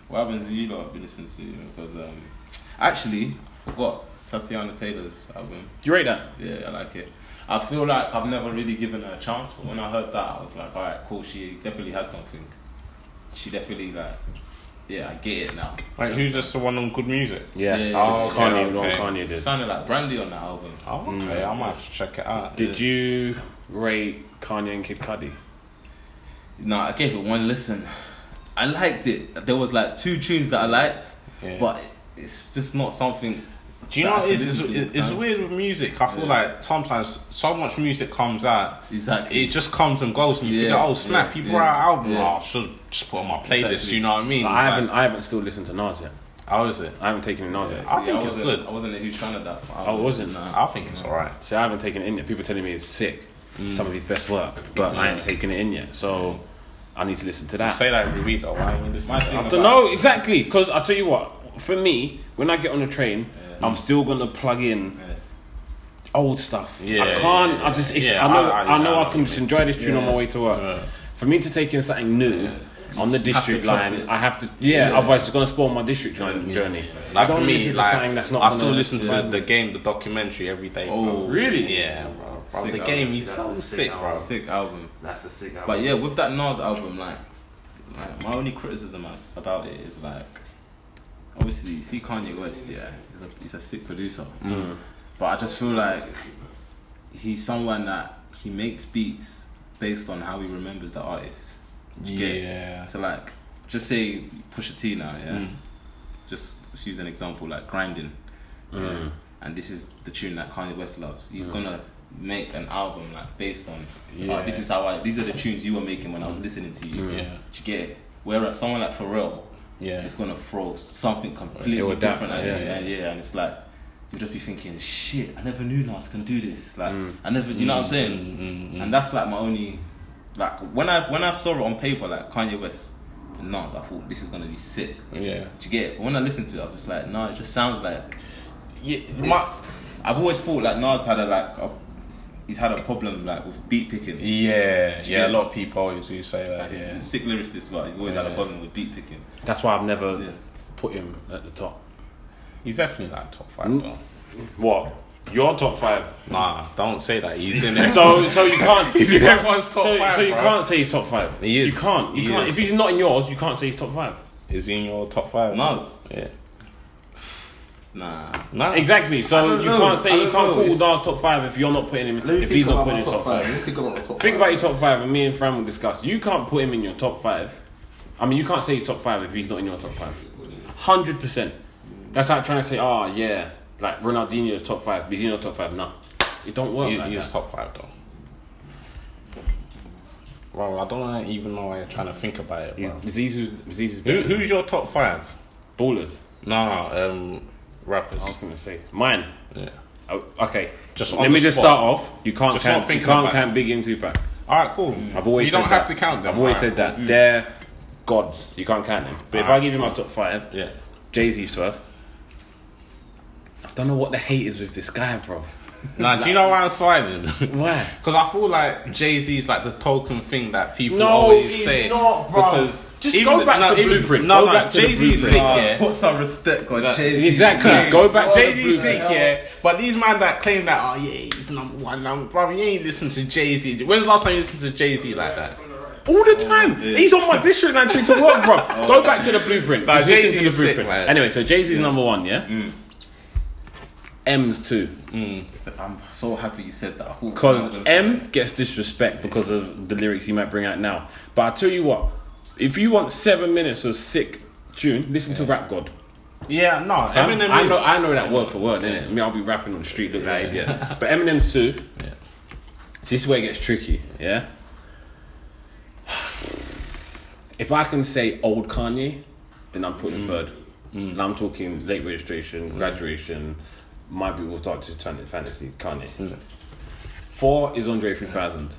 [SPEAKER 3] What happens to you lot I've been listening to? Because um, actually, I forgot Tatiana Taylor's album.
[SPEAKER 1] Do you rate that?
[SPEAKER 3] Yeah, I like it. I feel like I've never really given her a chance, but when I heard that, I was like, all right, cool. She definitely has something. She definitely like, yeah, I get it now.
[SPEAKER 2] Like who's just the one on good music?
[SPEAKER 1] Yeah.
[SPEAKER 3] Yeah,
[SPEAKER 2] Oh,
[SPEAKER 1] Kanye,
[SPEAKER 2] okay,
[SPEAKER 1] the one
[SPEAKER 2] okay.
[SPEAKER 1] Kanye
[SPEAKER 3] It
[SPEAKER 1] did.
[SPEAKER 3] sounded like Brandy on that album.
[SPEAKER 2] Oh, okay, I might have to check it out.
[SPEAKER 1] Mm. Did you rate Kanye and Kid Cudi?
[SPEAKER 3] No, I gave it one listen. I liked it. There was like two tunes that I liked,
[SPEAKER 2] Yeah.
[SPEAKER 3] but it's just not something.
[SPEAKER 2] Do you
[SPEAKER 3] that
[SPEAKER 2] know
[SPEAKER 3] I
[SPEAKER 2] what it
[SPEAKER 3] can
[SPEAKER 2] is? It's,
[SPEAKER 3] listen to all the
[SPEAKER 2] it's, it's
[SPEAKER 3] time.
[SPEAKER 2] weird with music. I feel
[SPEAKER 3] Yeah.
[SPEAKER 2] like sometimes so much music comes out,
[SPEAKER 3] Exactly.
[SPEAKER 2] it just comes and goes, and you
[SPEAKER 3] Yeah,
[SPEAKER 2] think, oh snap,
[SPEAKER 3] yeah,
[SPEAKER 2] he brought out
[SPEAKER 3] yeah,
[SPEAKER 2] an album.
[SPEAKER 3] yeah.
[SPEAKER 2] Oh, I should just put it on my playlist.
[SPEAKER 3] Exactly.
[SPEAKER 2] You know what I mean?
[SPEAKER 1] Like,
[SPEAKER 2] It's
[SPEAKER 1] I
[SPEAKER 2] like,
[SPEAKER 1] haven't. I haven't still listened to Nas yet.
[SPEAKER 2] How is it?
[SPEAKER 1] I haven't taken Nas yet.
[SPEAKER 3] See,
[SPEAKER 2] I think it's
[SPEAKER 3] wasn't-
[SPEAKER 2] good.
[SPEAKER 3] I wasn't a huge fan of that.
[SPEAKER 1] I wasn't.
[SPEAKER 2] Uh, I think it's alright.
[SPEAKER 1] So I haven't taken it in yet. People telling me it's sick, some
[SPEAKER 3] Mm.
[SPEAKER 1] of his best work, but I ain't taking it in yet. So I need to listen to that.
[SPEAKER 2] Say that every week though. Why ain't this
[SPEAKER 3] My thing
[SPEAKER 1] I
[SPEAKER 3] about-
[SPEAKER 1] don't know exactly because I tell you what. For me, when I get on the train, I'm still gonna plug in
[SPEAKER 3] Yeah.
[SPEAKER 1] old stuff.
[SPEAKER 2] Yeah,
[SPEAKER 1] I can't.
[SPEAKER 2] yeah,
[SPEAKER 1] I just. It's,
[SPEAKER 2] yeah.
[SPEAKER 1] I know. I,
[SPEAKER 2] I- I-
[SPEAKER 1] know.
[SPEAKER 2] I
[SPEAKER 1] I,
[SPEAKER 2] know
[SPEAKER 1] can just enjoy this tune on my way to work.
[SPEAKER 2] Yeah.
[SPEAKER 1] For me to take in something new. On the
[SPEAKER 3] have to
[SPEAKER 1] district
[SPEAKER 3] trust
[SPEAKER 1] line,
[SPEAKER 3] it.
[SPEAKER 1] I have to. Yeah,
[SPEAKER 3] Yeah.
[SPEAKER 1] otherwise it's gonna spoil my district line journey. I
[SPEAKER 2] Like
[SPEAKER 1] don't
[SPEAKER 2] for me,
[SPEAKER 1] listen to
[SPEAKER 2] like
[SPEAKER 1] something that's not.
[SPEAKER 2] I
[SPEAKER 1] gonna-
[SPEAKER 2] still listen to
[SPEAKER 1] Yeah.
[SPEAKER 2] the game, the documentary every day.
[SPEAKER 3] Oh,
[SPEAKER 2] bro.
[SPEAKER 1] really?
[SPEAKER 2] Yeah, bro. Bro,
[SPEAKER 3] Sick
[SPEAKER 2] the
[SPEAKER 3] album.
[SPEAKER 2] game is
[SPEAKER 1] That's
[SPEAKER 2] so
[SPEAKER 1] a sick
[SPEAKER 2] sick, bro.
[SPEAKER 1] album.
[SPEAKER 3] Sick album.
[SPEAKER 1] That's a sick.
[SPEAKER 3] But yeah, with that Nas album, like, like my only criticism a- about it is like, obviously, you see Kanye West, yeah, he's a, he's a sick producer,
[SPEAKER 2] mm,
[SPEAKER 1] Mm.
[SPEAKER 3] but I just feel like he's someone that he makes beats based on how he remembers the artist. Do you get it?
[SPEAKER 2] Yeah.
[SPEAKER 3] So like, just say Pusha T now, yeah.
[SPEAKER 2] Mm.
[SPEAKER 3] Just let's use an example like grinding, yeah?
[SPEAKER 1] Mm.
[SPEAKER 3] and this is the tune that Kanye West loves. He's gonna make an album like based on,
[SPEAKER 2] Mm. Yeah. Mm.
[SPEAKER 3] "Oh, this is how I. These are the tunes you were making when I was listening to you.
[SPEAKER 2] Yeah.
[SPEAKER 3] Do you get it? Whereas someone like Pharrell
[SPEAKER 2] Yeah.
[SPEAKER 3] is gonna throw something completely
[SPEAKER 1] It will adapt,
[SPEAKER 3] different at
[SPEAKER 1] yeah,
[SPEAKER 3] you,
[SPEAKER 1] yeah.
[SPEAKER 3] and yeah, and it's like. You'll just be thinking, shit, I never knew Nas can do this. Like,
[SPEAKER 1] Mm.
[SPEAKER 3] I never, you know what I'm saying? And that's like my only like when I when I saw it on paper like Kanye West and Nas, I thought this is gonna be sick.
[SPEAKER 2] Yeah.
[SPEAKER 3] Do you get it? But when I listened to it, I was just like, nah, it just sounds like
[SPEAKER 2] Yeah.
[SPEAKER 3] this.
[SPEAKER 2] My,
[SPEAKER 3] I've always thought like Nas had a like a, he's had a problem like with beat picking.
[SPEAKER 2] yeah.
[SPEAKER 3] Yeah.
[SPEAKER 2] Yeah. A lot of people always do say that.
[SPEAKER 3] Like, he's
[SPEAKER 2] Yeah.
[SPEAKER 3] a sick lyricist, but he's always had a
[SPEAKER 2] Yeah.
[SPEAKER 3] problem with beat picking.
[SPEAKER 1] That's why I've never
[SPEAKER 3] Yeah.
[SPEAKER 1] put him at the top.
[SPEAKER 2] He's definitely like top five.
[SPEAKER 1] Mm.
[SPEAKER 2] Though.
[SPEAKER 1] What? Your top five.
[SPEAKER 2] Nah, don't say that.
[SPEAKER 1] *laughs*
[SPEAKER 2] He's in there.
[SPEAKER 1] So so you can't. *laughs*
[SPEAKER 2] *laughs* He's
[SPEAKER 1] you
[SPEAKER 2] in
[SPEAKER 1] can't-
[SPEAKER 2] everyone's top
[SPEAKER 1] so,
[SPEAKER 2] five,
[SPEAKER 1] So you
[SPEAKER 2] bro.
[SPEAKER 1] can't say he's top five.
[SPEAKER 2] He is.
[SPEAKER 1] You can't. You
[SPEAKER 2] He
[SPEAKER 1] can't.
[SPEAKER 2] is.
[SPEAKER 1] If he's not in yours, you can't say he's top five.
[SPEAKER 2] Is he in your top five?
[SPEAKER 3] Nas,
[SPEAKER 2] Yeah.
[SPEAKER 3] nah.
[SPEAKER 2] Nah.
[SPEAKER 1] Exactly. So
[SPEAKER 4] don't
[SPEAKER 1] you
[SPEAKER 4] know.
[SPEAKER 1] can't say
[SPEAKER 4] I
[SPEAKER 1] you
[SPEAKER 4] don't
[SPEAKER 1] can't
[SPEAKER 4] know.
[SPEAKER 1] call
[SPEAKER 4] It's-
[SPEAKER 1] Nas top five if you're not putting him. If he's not putting his top five.
[SPEAKER 4] Think about my top
[SPEAKER 1] Think about your top five, and me and Fran will discuss. You can't put him in your top five. I mean, you can't say he's top five if he's not in your top five. Hundred percent. That's like trying to say, oh yeah, like Ronaldinho is top five, but he's in your top five. No, it don't work
[SPEAKER 2] He,
[SPEAKER 1] like
[SPEAKER 2] he's
[SPEAKER 1] that.
[SPEAKER 2] top five though. Bro, I don't even know why you're trying to think about it, bro.
[SPEAKER 1] Disease is disease is
[SPEAKER 2] Who,
[SPEAKER 1] bigger.
[SPEAKER 2] who's your top five?
[SPEAKER 1] Ballers.
[SPEAKER 2] No, no, um, rappers.
[SPEAKER 1] I was gonna say mine.
[SPEAKER 2] Yeah.
[SPEAKER 1] Oh, okay.
[SPEAKER 2] Just on
[SPEAKER 1] let me
[SPEAKER 2] the
[SPEAKER 1] just
[SPEAKER 2] spot.
[SPEAKER 1] start off. You can't
[SPEAKER 2] Just
[SPEAKER 1] count.
[SPEAKER 2] not
[SPEAKER 1] You
[SPEAKER 2] thinking
[SPEAKER 1] can't
[SPEAKER 2] about
[SPEAKER 1] count Biggie and Tupac.
[SPEAKER 2] All right, cool.
[SPEAKER 1] I've always
[SPEAKER 2] you
[SPEAKER 1] said
[SPEAKER 2] don't
[SPEAKER 1] that.
[SPEAKER 2] have to count them. Mm.
[SPEAKER 1] I've always
[SPEAKER 2] All
[SPEAKER 1] said
[SPEAKER 2] right,
[SPEAKER 1] that they're gods. You can't count them. But if I
[SPEAKER 2] Alright,
[SPEAKER 1] give you my top five,
[SPEAKER 2] cool. Yeah.
[SPEAKER 1] Jay Z first. I don't know what the hate is with this guy, bro.
[SPEAKER 2] Nah, do you know why I'm smiling? *laughs* Because
[SPEAKER 1] Why?
[SPEAKER 2] I feel like Jay Z is like the token thing that people
[SPEAKER 1] No,
[SPEAKER 2] always
[SPEAKER 1] he's
[SPEAKER 2] say.
[SPEAKER 1] not, bro.
[SPEAKER 2] Because
[SPEAKER 1] Just
[SPEAKER 2] even
[SPEAKER 1] go
[SPEAKER 2] the-
[SPEAKER 1] back
[SPEAKER 2] no,
[SPEAKER 1] to
[SPEAKER 2] even-
[SPEAKER 1] Blueprint.
[SPEAKER 2] No,
[SPEAKER 1] Go
[SPEAKER 2] no,
[SPEAKER 1] back to the
[SPEAKER 2] Jay Z sick,
[SPEAKER 1] Blueprint. *laughs*
[SPEAKER 2] yeah.
[SPEAKER 3] Put some respect on Jay Z.
[SPEAKER 1] Exactly. Go back to
[SPEAKER 2] Jay Z
[SPEAKER 1] Blueprint.
[SPEAKER 2] sick, yeah. But these man that claim that, oh yeah, he's number one, number bro, you ain't listen to Jay Z. When's the last time you listened to Jay Z like that?
[SPEAKER 4] From the right.
[SPEAKER 1] All
[SPEAKER 2] Oh,
[SPEAKER 1] the time. He's on my district line doing to work,
[SPEAKER 2] *laughs*
[SPEAKER 1] bro. Go back to the blueprint.
[SPEAKER 2] Nah,
[SPEAKER 1] Just listen
[SPEAKER 2] Jay-Z
[SPEAKER 1] to the
[SPEAKER 2] is sick,
[SPEAKER 1] blueprint.
[SPEAKER 2] man. Mm.
[SPEAKER 1] anyway, so Jay Z's number one, yeah? M's two.
[SPEAKER 3] I'm so happy you said that. I thought-
[SPEAKER 1] Because M gets disrespect because of the lyrics he might bring out now. But I tell you what, if you want seven minutes of sick tune, listen to Rap God.
[SPEAKER 2] Yeah, no. Eminem.
[SPEAKER 1] I, know,
[SPEAKER 2] is-
[SPEAKER 1] I know that word for word, innit? I mean, I'll be rapping on the street, look like
[SPEAKER 2] *laughs*
[SPEAKER 1] idiot. But Eminem's too.
[SPEAKER 2] Yeah.
[SPEAKER 1] So this is where it gets tricky, yeah? If I can say old Kanye, then I'm putting
[SPEAKER 2] Mm.
[SPEAKER 1] third. Now I'm talking late registration, graduation, might be we'll start to turn it fantasy, Kanye.
[SPEAKER 2] Mm.
[SPEAKER 1] Four is Andre 3000.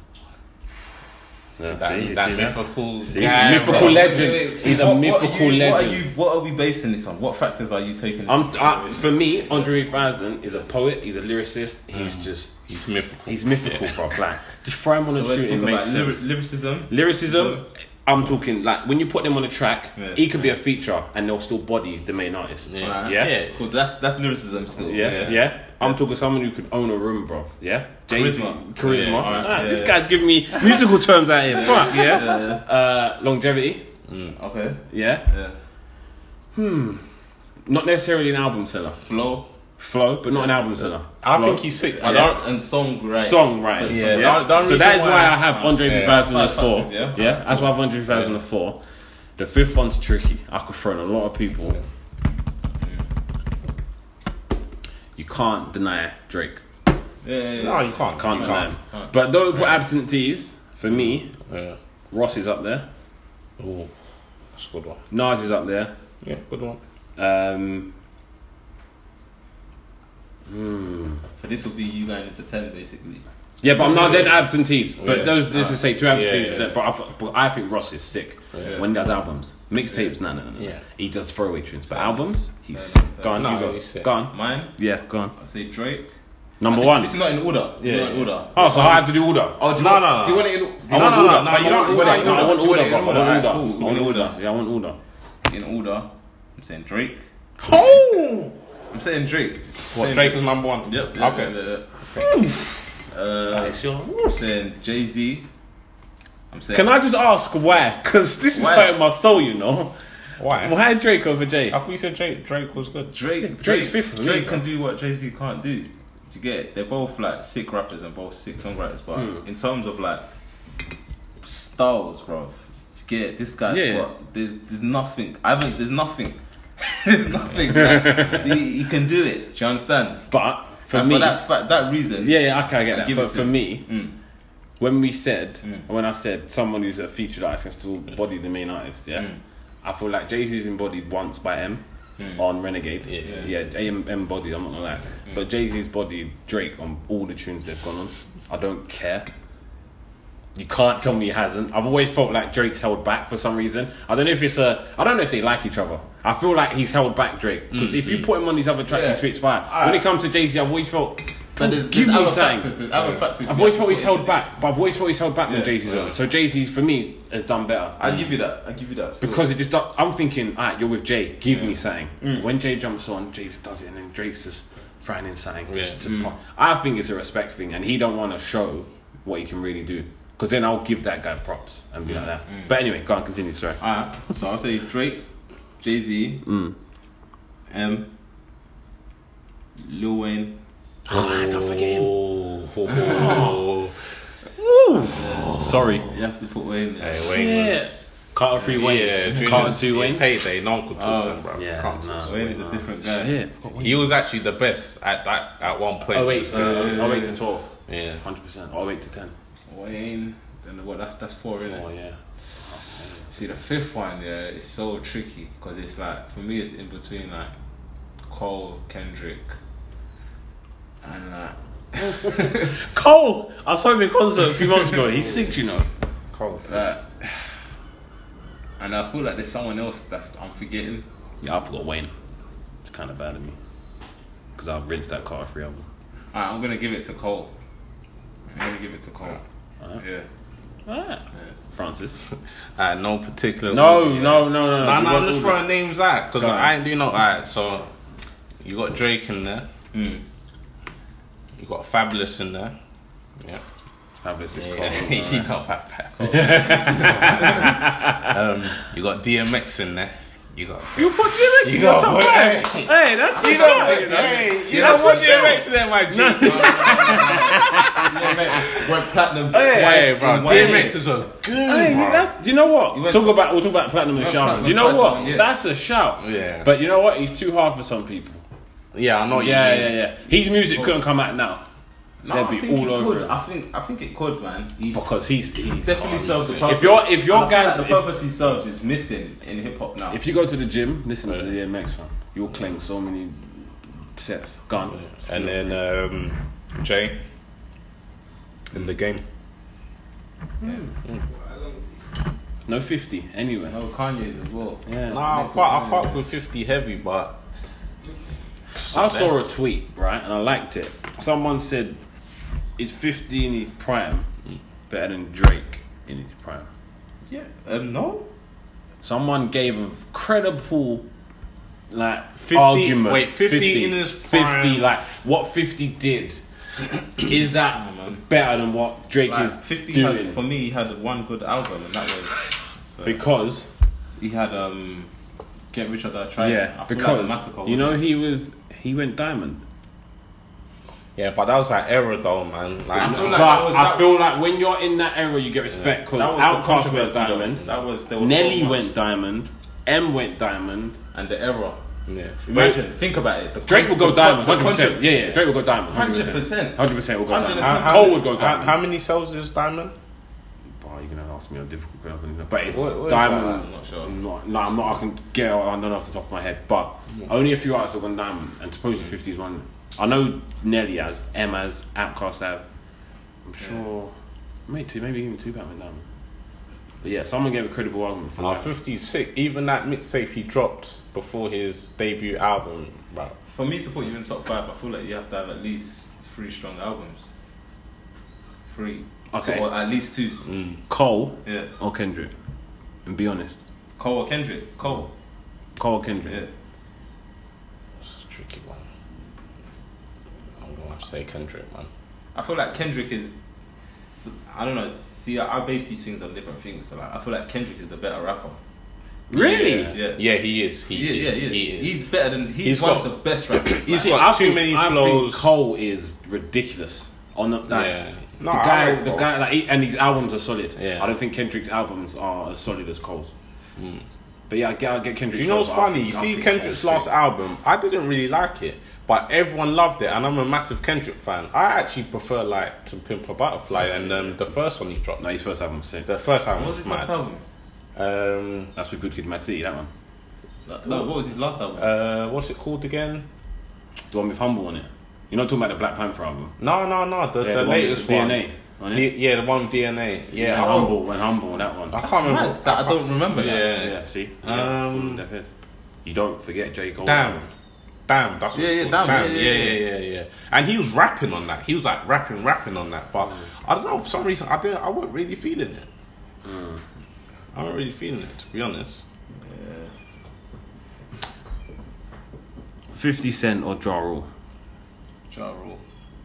[SPEAKER 1] Yeah,
[SPEAKER 2] that,
[SPEAKER 1] see, you
[SPEAKER 2] that
[SPEAKER 1] see that?
[SPEAKER 2] mythical
[SPEAKER 1] He's
[SPEAKER 2] guy,
[SPEAKER 1] a mythical
[SPEAKER 2] bro.
[SPEAKER 1] legend. He's a
[SPEAKER 3] what-
[SPEAKER 1] mythical
[SPEAKER 3] what are you, What
[SPEAKER 1] legend.
[SPEAKER 3] are, you, what are we basing this on? What factors are you taking? This
[SPEAKER 1] I'm,
[SPEAKER 3] into
[SPEAKER 1] I,
[SPEAKER 3] consideration?
[SPEAKER 1] for me, Andre 3000 is a poet, he's a lyricist, he's
[SPEAKER 2] Mm.
[SPEAKER 1] just
[SPEAKER 2] He's mythical.
[SPEAKER 1] He's mythical, bro. Like, just throw him on
[SPEAKER 3] so
[SPEAKER 1] a
[SPEAKER 3] we're
[SPEAKER 1] tune. It
[SPEAKER 3] talking
[SPEAKER 1] makes
[SPEAKER 3] about lyri-
[SPEAKER 1] sense.
[SPEAKER 3] lyricism.
[SPEAKER 1] Lyricism, I'm talking like when you put them on a track,
[SPEAKER 3] Yeah.
[SPEAKER 1] he could be a feature and they'll still body the main artist.
[SPEAKER 2] Yeah.
[SPEAKER 3] Right.
[SPEAKER 1] Yeah.
[SPEAKER 3] yeah, because that's that's lyricism still.
[SPEAKER 1] Yeah, yeah. I'm talking someone who could own a room, bro. Yeah, Jay-Z,
[SPEAKER 3] Charisma.
[SPEAKER 1] charisma.
[SPEAKER 3] Yeah, alright.
[SPEAKER 1] Ah,
[SPEAKER 3] Yeah,
[SPEAKER 1] this
[SPEAKER 3] yeah.
[SPEAKER 1] guy's giving me musical terms out here. Fuck yeah. Uh, longevity.
[SPEAKER 3] Okay.
[SPEAKER 1] Yeah,
[SPEAKER 3] Yeah.
[SPEAKER 1] not necessarily an album seller.
[SPEAKER 3] Flow.
[SPEAKER 1] Flow, but not an album seller.
[SPEAKER 2] I
[SPEAKER 1] Flow.
[SPEAKER 2] think he's sick. I
[SPEAKER 3] Yes,
[SPEAKER 2] don't-
[SPEAKER 3] and songwriting.
[SPEAKER 1] song right.
[SPEAKER 3] So-
[SPEAKER 1] yeah.
[SPEAKER 2] Yeah, that- that
[SPEAKER 1] so that is
[SPEAKER 2] reason
[SPEAKER 1] why,
[SPEAKER 2] why-
[SPEAKER 1] I have Andre
[SPEAKER 3] Yeah,
[SPEAKER 1] 2004.
[SPEAKER 3] that's
[SPEAKER 1] Yeah,
[SPEAKER 3] fine, yeah.
[SPEAKER 1] that's why I have Andre 2004. The fifth one's tricky. I could throw in a lot of people. You can't deny Drake.
[SPEAKER 3] Yeah, yeah, yeah.
[SPEAKER 2] No, you can't.
[SPEAKER 1] Can't
[SPEAKER 2] you
[SPEAKER 1] deny him.
[SPEAKER 2] can't.
[SPEAKER 1] But though for absentees, for me,
[SPEAKER 2] Yeah.
[SPEAKER 1] Ross is up there.
[SPEAKER 2] Ooh, that's a good one.
[SPEAKER 1] Nas is up there.
[SPEAKER 2] Yeah, good one.
[SPEAKER 1] Um,
[SPEAKER 3] So this will be you going into ten, basically.
[SPEAKER 1] yeah, but I'm not then absentees. But
[SPEAKER 2] Yeah.
[SPEAKER 1] those, let's just say two absentees.
[SPEAKER 2] yeah, yeah.
[SPEAKER 1] that- But, I, th- but I think Ross is sick
[SPEAKER 3] Yeah.
[SPEAKER 1] when he does albums, mixtapes. No, no, no, no.
[SPEAKER 2] Yeah.
[SPEAKER 1] He does throwaway tunes, but albums, he's
[SPEAKER 3] Fair enough, fair
[SPEAKER 1] gone.
[SPEAKER 2] enough.
[SPEAKER 1] you
[SPEAKER 2] No,
[SPEAKER 1] go.
[SPEAKER 2] he's sick.
[SPEAKER 1] Gone.
[SPEAKER 3] Mine.
[SPEAKER 1] Yeah, gone.
[SPEAKER 3] I say Drake.
[SPEAKER 1] Number
[SPEAKER 3] This-
[SPEAKER 1] one.
[SPEAKER 3] This is not in order. It's
[SPEAKER 2] Yeah.
[SPEAKER 3] not in order.
[SPEAKER 1] oh, so I have to do order.
[SPEAKER 3] Oh, do you
[SPEAKER 2] No,
[SPEAKER 3] want,
[SPEAKER 2] no, no.
[SPEAKER 3] Do you want it in, do you
[SPEAKER 1] I
[SPEAKER 2] no,
[SPEAKER 1] want
[SPEAKER 2] no,
[SPEAKER 1] order.
[SPEAKER 2] no, no, you don't-
[SPEAKER 1] I
[SPEAKER 3] you don't-
[SPEAKER 1] want
[SPEAKER 3] you
[SPEAKER 1] order.
[SPEAKER 3] want
[SPEAKER 1] I
[SPEAKER 3] it
[SPEAKER 1] want
[SPEAKER 3] in
[SPEAKER 1] order.
[SPEAKER 3] order.
[SPEAKER 1] I want
[SPEAKER 3] Alright,
[SPEAKER 1] order.
[SPEAKER 3] cool.
[SPEAKER 1] I want
[SPEAKER 3] In
[SPEAKER 1] order.
[SPEAKER 3] order.
[SPEAKER 1] Yeah, I want order.
[SPEAKER 3] in order? I'm saying Drake.
[SPEAKER 1] Oh!
[SPEAKER 3] I'm saying Drake.
[SPEAKER 2] What,
[SPEAKER 3] Saying
[SPEAKER 2] Drake is number one?
[SPEAKER 3] Yep. yep
[SPEAKER 2] okay.
[SPEAKER 3] Yep, yep. Uh, I'm saying Jay Z. I'm saying.
[SPEAKER 1] Can I just ask why? Because this is
[SPEAKER 3] Why?
[SPEAKER 1] hurting my soul, you know.
[SPEAKER 2] Why?
[SPEAKER 1] Why Drake over Jay?
[SPEAKER 2] I thought you said Drake, Drake was good.
[SPEAKER 3] Drake. Drake,
[SPEAKER 1] Drake's fifth for me,
[SPEAKER 3] Drake
[SPEAKER 1] bro.
[SPEAKER 3] can do what Jay Z can't do. To get it. they're both like sick rappers and both sick songwriters, but
[SPEAKER 2] Hmm.
[SPEAKER 3] in terms of like styles, bro. To get it, this guy's
[SPEAKER 1] Yeah.
[SPEAKER 3] got there's there's nothing. I haven't. There's nothing. *laughs* there's nothing.
[SPEAKER 2] *laughs*
[SPEAKER 3] Like, he, he can do it. Do you understand?
[SPEAKER 1] But for
[SPEAKER 3] and
[SPEAKER 1] me,
[SPEAKER 3] for that fa- that reason,
[SPEAKER 1] yeah, yeah, okay, I get
[SPEAKER 3] I
[SPEAKER 1] that.
[SPEAKER 3] give
[SPEAKER 1] But
[SPEAKER 3] it to
[SPEAKER 1] for
[SPEAKER 3] him.
[SPEAKER 1] me,
[SPEAKER 3] Mm.
[SPEAKER 1] when we said, when I said someone who's a featured artist can still body the main artist, yeah,
[SPEAKER 3] Mm.
[SPEAKER 1] I feel like Jay Z's been bodied once by M
[SPEAKER 3] Mm.
[SPEAKER 1] on Renegade.
[SPEAKER 2] Yeah,
[SPEAKER 1] yeah, M, M bodied, I'm not gonna lie. But Jay Z's bodied Drake on all the tunes they've gone on. I don't care. You can't tell me he hasn't. I've always felt like Drake's held back for some reason. I don't know if it's a. I don't know if they like each other. I feel like he's held back Drake because if you put him on these other tracks,
[SPEAKER 3] Mm, Yeah.
[SPEAKER 1] he spits fire. when it comes to Jay Z, I've always felt.
[SPEAKER 3] But there's,
[SPEAKER 1] give
[SPEAKER 3] there's
[SPEAKER 1] me
[SPEAKER 3] other
[SPEAKER 1] something.
[SPEAKER 3] factors. There's other factors.
[SPEAKER 1] I've
[SPEAKER 3] you
[SPEAKER 1] always
[SPEAKER 3] have to
[SPEAKER 1] thought he's
[SPEAKER 3] put
[SPEAKER 1] held
[SPEAKER 3] into this.
[SPEAKER 1] back, but I've always thought he's held back when
[SPEAKER 3] Yeah,
[SPEAKER 1] Jay Z's
[SPEAKER 3] yeah.
[SPEAKER 1] on. So Jay Z for me has done better
[SPEAKER 3] I give you that. I give you that. still.
[SPEAKER 1] because it just. do- I'm thinking, alright, you're with Jay, give me something. When Jay jumps on, Jay just does it, and then Drake's just frying in something. Just to pop. I think it's a respect thing, and he don't want to show what he can really do. Because then I'll give that guy props and be like that. But anyway, go on, continue. Sorry.
[SPEAKER 3] Alright, so I'll say Drake, Jay Z,
[SPEAKER 1] Mm.
[SPEAKER 3] M, Lil Wayne.
[SPEAKER 1] I Ah, don't forget him.
[SPEAKER 2] Oh, oh, oh,
[SPEAKER 1] Sorry.
[SPEAKER 3] You have to put Wayne
[SPEAKER 2] oh.
[SPEAKER 3] there.
[SPEAKER 2] Hey, Wayne
[SPEAKER 1] Yeah.
[SPEAKER 2] was.
[SPEAKER 1] Carter three Wayne.
[SPEAKER 2] Yeah, during
[SPEAKER 1] Carter
[SPEAKER 2] his-
[SPEAKER 1] two Wayne.
[SPEAKER 2] his heyday, no one could talk to
[SPEAKER 3] Oh,
[SPEAKER 2] him, bro.
[SPEAKER 1] yeah,
[SPEAKER 2] Can't
[SPEAKER 1] nah.
[SPEAKER 2] talk to
[SPEAKER 3] Wayne is
[SPEAKER 2] him.
[SPEAKER 3] a different guy.
[SPEAKER 1] Yeah, I forgot Wayne.
[SPEAKER 2] He was actually the best at that at one point.
[SPEAKER 1] Oh wait,
[SPEAKER 2] Yeah.
[SPEAKER 1] oh wait to twelve.
[SPEAKER 2] yeah.
[SPEAKER 1] Hundred percent. Oh wait to ten.
[SPEAKER 3] Wayne, And what? That's that's four, innit?
[SPEAKER 1] Oh yeah.
[SPEAKER 3] See the fifth one, yeah, it's so tricky because it's like for me, it's in between like Cole, Kendrick, and like
[SPEAKER 1] Cole! I saw him in concert a few months ago. *laughs* He's sick, you know.
[SPEAKER 2] Course. *laughs*
[SPEAKER 3] that. Uh, *sighs* And I feel like there's someone else that's I'm forgetting.
[SPEAKER 1] Yeah, I forgot Wayne. It's kind of bad of me. Because I've rinsed that car free album.
[SPEAKER 3] Alright, I'm gonna give it to Cole. I'm gonna give it to Cole.
[SPEAKER 1] Alright.
[SPEAKER 3] Yeah.
[SPEAKER 1] Alright. Francis.
[SPEAKER 2] Uh, no particular.
[SPEAKER 1] No,
[SPEAKER 2] order.
[SPEAKER 1] no, no, no.
[SPEAKER 2] Nah,
[SPEAKER 1] We
[SPEAKER 2] nah,
[SPEAKER 1] want
[SPEAKER 2] I'm just
[SPEAKER 1] all
[SPEAKER 2] throwing names out because
[SPEAKER 1] Go
[SPEAKER 2] like,
[SPEAKER 1] on.
[SPEAKER 2] I ain't do no. Alright, so you got Drake in there.
[SPEAKER 3] Mm.
[SPEAKER 2] You got Fabulous in there. Yeah,
[SPEAKER 1] the- Fabulous is Cole. *laughs*
[SPEAKER 2] *laughs* you know about that. *laughs* um, you got DMX in there. You got.
[SPEAKER 1] You put DMX in
[SPEAKER 2] You
[SPEAKER 1] your
[SPEAKER 2] got.
[SPEAKER 1] top
[SPEAKER 2] Hey,
[SPEAKER 1] five. Hey, that's the
[SPEAKER 2] you
[SPEAKER 1] shot.
[SPEAKER 2] don't,
[SPEAKER 1] You know?
[SPEAKER 2] hey, you
[SPEAKER 3] You
[SPEAKER 2] don't
[SPEAKER 3] know
[SPEAKER 2] put
[SPEAKER 3] what's
[SPEAKER 2] DMX in there, my G. *laughs*
[SPEAKER 3] Went platinum
[SPEAKER 1] Hey,
[SPEAKER 2] Hey,
[SPEAKER 3] twice.
[SPEAKER 2] bro,
[SPEAKER 3] in one year.
[SPEAKER 2] DMX is a good
[SPEAKER 1] Hey,
[SPEAKER 2] bro.
[SPEAKER 1] that's, you know what?
[SPEAKER 3] went
[SPEAKER 1] talk
[SPEAKER 3] to-
[SPEAKER 1] about we'll talk about platinum and shaman.
[SPEAKER 3] platinum
[SPEAKER 1] You know
[SPEAKER 3] twice
[SPEAKER 1] what?
[SPEAKER 3] in one year.
[SPEAKER 1] That's a shout.
[SPEAKER 2] Yeah.
[SPEAKER 1] But you know what? He's too hard for some people.
[SPEAKER 2] Yeah, I know. what you
[SPEAKER 1] Oh, Yeah, Oh.
[SPEAKER 2] mean.
[SPEAKER 1] yeah, yeah. His music couldn't come out now
[SPEAKER 3] No,
[SPEAKER 1] They'd be
[SPEAKER 3] I think
[SPEAKER 1] all
[SPEAKER 3] it
[SPEAKER 1] over
[SPEAKER 3] could.
[SPEAKER 1] it.
[SPEAKER 3] I think I think it could, man. He's
[SPEAKER 1] because he's, he's
[SPEAKER 3] definitely
[SPEAKER 1] oh,
[SPEAKER 3] serves the
[SPEAKER 1] he's-
[SPEAKER 3] purpose.
[SPEAKER 1] If you're if
[SPEAKER 3] And
[SPEAKER 1] you're
[SPEAKER 3] I feel like
[SPEAKER 1] guy
[SPEAKER 3] the purpose he serves is missing in hip hop now.
[SPEAKER 1] if, if you go to the gym, listen to the DMX one. You'll cling so many sets. Gone.
[SPEAKER 2] And then um, Jay in the game.
[SPEAKER 1] No fifty anyway.
[SPEAKER 3] no, Kanye's as well.
[SPEAKER 1] Yeah.
[SPEAKER 2] Nah, I fuck, I fuck with 50 heavy, but
[SPEAKER 1] I saw a tweet, right, and I liked it. Someone said, "Is 50 in his prime better than Drake in his prime?"
[SPEAKER 3] Yeah. Um, no.
[SPEAKER 1] Someone gave a credible, like,
[SPEAKER 2] 50
[SPEAKER 1] argument.
[SPEAKER 2] wait, 50 in his
[SPEAKER 1] 50,
[SPEAKER 2] prime.
[SPEAKER 1] like, what 50
[SPEAKER 3] *coughs*
[SPEAKER 1] did. is that
[SPEAKER 3] Nah, man.
[SPEAKER 1] better than what Drake
[SPEAKER 3] Like,
[SPEAKER 1] is
[SPEAKER 3] 50
[SPEAKER 1] doing?
[SPEAKER 3] had, for me, he had one good album, and that was. So,
[SPEAKER 1] because,
[SPEAKER 3] he had um, Get Rich or Die Trying.
[SPEAKER 1] yeah,
[SPEAKER 3] the
[SPEAKER 1] because,
[SPEAKER 3] massacre
[SPEAKER 1] you
[SPEAKER 3] was-
[SPEAKER 1] know, he was, he went diamond.
[SPEAKER 2] yeah, but that was an error though, man.
[SPEAKER 3] I feel
[SPEAKER 2] Like,
[SPEAKER 3] like
[SPEAKER 1] but
[SPEAKER 3] that was
[SPEAKER 1] I
[SPEAKER 3] that-
[SPEAKER 1] feel like when you're in that era, you get respect because
[SPEAKER 3] that was
[SPEAKER 1] Outkast
[SPEAKER 3] the
[SPEAKER 1] went
[SPEAKER 3] controversy, though.
[SPEAKER 1] diamond.
[SPEAKER 3] That was there was so
[SPEAKER 1] Nelly
[SPEAKER 3] much.
[SPEAKER 1] went diamond. M went diamond.
[SPEAKER 3] and the error.
[SPEAKER 2] yeah.
[SPEAKER 3] Imagine, think about it. The
[SPEAKER 1] Drake will go diamond,
[SPEAKER 3] the
[SPEAKER 1] hundred percent. Yeah, yeah. Drake will go diamond, hundred
[SPEAKER 3] 100%.
[SPEAKER 1] Hundred percent will go diamond.
[SPEAKER 3] 110%.
[SPEAKER 2] How-
[SPEAKER 1] Cole would go
[SPEAKER 2] How,
[SPEAKER 1] diamond.
[SPEAKER 2] how many cells is Diamond?
[SPEAKER 1] Oh, you're gonna ask me a difficult question, but it's
[SPEAKER 2] What- what is
[SPEAKER 1] diamond.
[SPEAKER 2] that?
[SPEAKER 3] I'm not sure.
[SPEAKER 1] I'm not, no, I'm not. I can get. I don't know off the top of my head, but only a few artists have gone diamond, and supposedly fifties one. I know Nelly has, M has, Outkast have. I'm sure. Maybe two, maybe even two Batman diamond. But yeah, someone gave a credible argument for
[SPEAKER 2] Nah,
[SPEAKER 1] that.
[SPEAKER 2] 56. Even that mixtape he dropped before his debut album, bro.
[SPEAKER 3] For me to put you in top five, I feel like you have to have at least three strong albums. Three.
[SPEAKER 1] Okay.
[SPEAKER 3] So, or at least two.
[SPEAKER 2] Mm.
[SPEAKER 1] Cole
[SPEAKER 3] Yeah.
[SPEAKER 1] or Kendrick, and be honest,
[SPEAKER 3] Cole or Kendrick? Cole.
[SPEAKER 1] Cole or Kendrick.
[SPEAKER 3] Yeah.
[SPEAKER 2] It's a tricky one. I'm gonna have to say Kendrick, man.
[SPEAKER 3] I feel like Kendrick is. s- I don't know. See, I, I base these things on different things. So like, I feel like Kendrick is the better rapper.
[SPEAKER 1] Really?
[SPEAKER 2] Yeah,
[SPEAKER 3] Yeah.
[SPEAKER 2] yeah he is. He
[SPEAKER 3] Yeah,
[SPEAKER 2] is.
[SPEAKER 3] yeah, yeah.
[SPEAKER 2] He is.
[SPEAKER 3] He's better than. He's,
[SPEAKER 2] He's
[SPEAKER 3] one
[SPEAKER 2] got-
[SPEAKER 3] of the best rappers.
[SPEAKER 2] he's
[SPEAKER 3] Like,
[SPEAKER 2] got- too many
[SPEAKER 1] I
[SPEAKER 2] flows.
[SPEAKER 1] Think Cole is ridiculous. On the, like,
[SPEAKER 2] Yeah.
[SPEAKER 1] the
[SPEAKER 2] No, I
[SPEAKER 1] guy,
[SPEAKER 2] like
[SPEAKER 1] the
[SPEAKER 2] Ah, Cole.
[SPEAKER 1] guy, like, he, and his albums are solid.
[SPEAKER 2] Yeah.
[SPEAKER 1] I don't think Kendrick's albums are as solid as Cole's. But yeah, I get, I get Kendrick.
[SPEAKER 2] Do you know what's funny? You see Kendrick's last album, I didn't really like it, but everyone loved it, and I'm a massive Kendrick fan. I actually prefer like to Pimp a Butterfly and um, the first one he dropped.
[SPEAKER 1] No, his first album was sick.
[SPEAKER 2] the first
[SPEAKER 3] What
[SPEAKER 2] album
[SPEAKER 3] was
[SPEAKER 2] was
[SPEAKER 3] his last
[SPEAKER 2] mad.
[SPEAKER 3] album?
[SPEAKER 2] Um,
[SPEAKER 1] That's with Good Kid, Mad City. That one,
[SPEAKER 3] No, what was his last album?
[SPEAKER 2] uh, what's it called again?
[SPEAKER 1] the one with Humble on it. You're not talking about the Black Panther album.
[SPEAKER 2] No, no, no, the,
[SPEAKER 1] Yeah,
[SPEAKER 2] the,
[SPEAKER 1] the one with
[SPEAKER 2] latest one.
[SPEAKER 1] DNA on it.
[SPEAKER 2] D- yeah, the one with DNA. Yeah,
[SPEAKER 1] and
[SPEAKER 2] oh,
[SPEAKER 1] Humble, when Humble, that one.
[SPEAKER 2] I
[SPEAKER 3] That's
[SPEAKER 2] can't remember.
[SPEAKER 3] mad that I don't remember. that.
[SPEAKER 2] Yeah.
[SPEAKER 1] Yeah, see,
[SPEAKER 2] Um,
[SPEAKER 1] yeah, that's it. you don't forget J Cole.
[SPEAKER 2] Damn. Damn, that's what
[SPEAKER 3] Yeah,
[SPEAKER 2] it's
[SPEAKER 3] yeah,
[SPEAKER 2] called.
[SPEAKER 3] damn, yeah, yeah,
[SPEAKER 2] yeah, yeah, yeah, yeah. And he was rapping on that. He was like rapping, rapping on
[SPEAKER 3] Mm.
[SPEAKER 2] that. But I don't know for some reason I didn't. I wasn't really feeling it.
[SPEAKER 3] Mm.
[SPEAKER 2] I wasn't really feeling it to
[SPEAKER 3] *laughs*
[SPEAKER 2] be honest.
[SPEAKER 1] Fifty Cent or Ja Rule?
[SPEAKER 3] Ja Rule.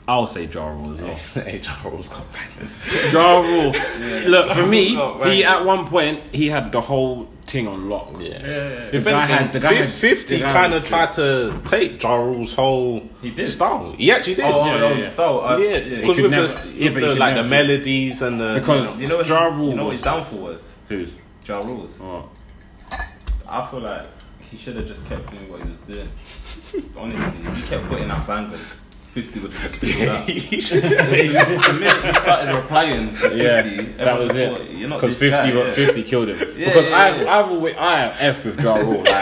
[SPEAKER 1] I'll say Ja Rule as well.
[SPEAKER 2] hey, Ja Rule's got bangers.
[SPEAKER 1] Ja Rule. Look, for me,
[SPEAKER 2] Oh, man.
[SPEAKER 1] he at one point he had the whole thing on lock.
[SPEAKER 2] Yeah.
[SPEAKER 3] Yeah.
[SPEAKER 1] The
[SPEAKER 2] If
[SPEAKER 1] guy
[SPEAKER 2] anything,
[SPEAKER 1] had- the guy
[SPEAKER 2] fif-
[SPEAKER 1] had-
[SPEAKER 2] Fifty
[SPEAKER 1] the guy
[SPEAKER 2] kind
[SPEAKER 1] was
[SPEAKER 2] of tried to take Ja Rule's whole
[SPEAKER 3] He did.
[SPEAKER 2] style. He actually did.
[SPEAKER 3] Oh,
[SPEAKER 1] Yeah,
[SPEAKER 3] no,
[SPEAKER 1] yeah, yeah.
[SPEAKER 3] yeah. so uh,
[SPEAKER 2] yeah,
[SPEAKER 1] He
[SPEAKER 2] because
[SPEAKER 1] could
[SPEAKER 2] with
[SPEAKER 1] never-
[SPEAKER 2] the,
[SPEAKER 1] yeah,
[SPEAKER 2] with
[SPEAKER 1] but he
[SPEAKER 2] the
[SPEAKER 1] could
[SPEAKER 2] like the
[SPEAKER 1] never do-
[SPEAKER 2] melodies and the *laughs*
[SPEAKER 1] Because
[SPEAKER 3] You know what?
[SPEAKER 1] Ja
[SPEAKER 3] his-
[SPEAKER 1] Rule
[SPEAKER 3] You know what
[SPEAKER 1] was
[SPEAKER 3] his downfall was?
[SPEAKER 1] who's?
[SPEAKER 3] Ja Rule's.
[SPEAKER 1] Oh,
[SPEAKER 3] I feel *laughs* like he should have just kept doing what he was doing. Honestly, if he kept putting out bangers. 50
[SPEAKER 1] *laughs*
[SPEAKER 3] would have just figured out.
[SPEAKER 2] You
[SPEAKER 3] the minute you started replying to 50,
[SPEAKER 1] Yeah, that
[SPEAKER 3] everyone
[SPEAKER 1] was
[SPEAKER 3] thought,
[SPEAKER 1] it.
[SPEAKER 3] You're not
[SPEAKER 1] Because
[SPEAKER 3] this
[SPEAKER 1] 50,
[SPEAKER 3] guy,
[SPEAKER 1] got-
[SPEAKER 3] yeah.
[SPEAKER 1] 50 killed him.
[SPEAKER 3] Yeah,
[SPEAKER 1] because
[SPEAKER 3] yeah,
[SPEAKER 1] I've,
[SPEAKER 3] yeah.
[SPEAKER 1] I've always, I am F with Ja Rule.
[SPEAKER 3] *laughs*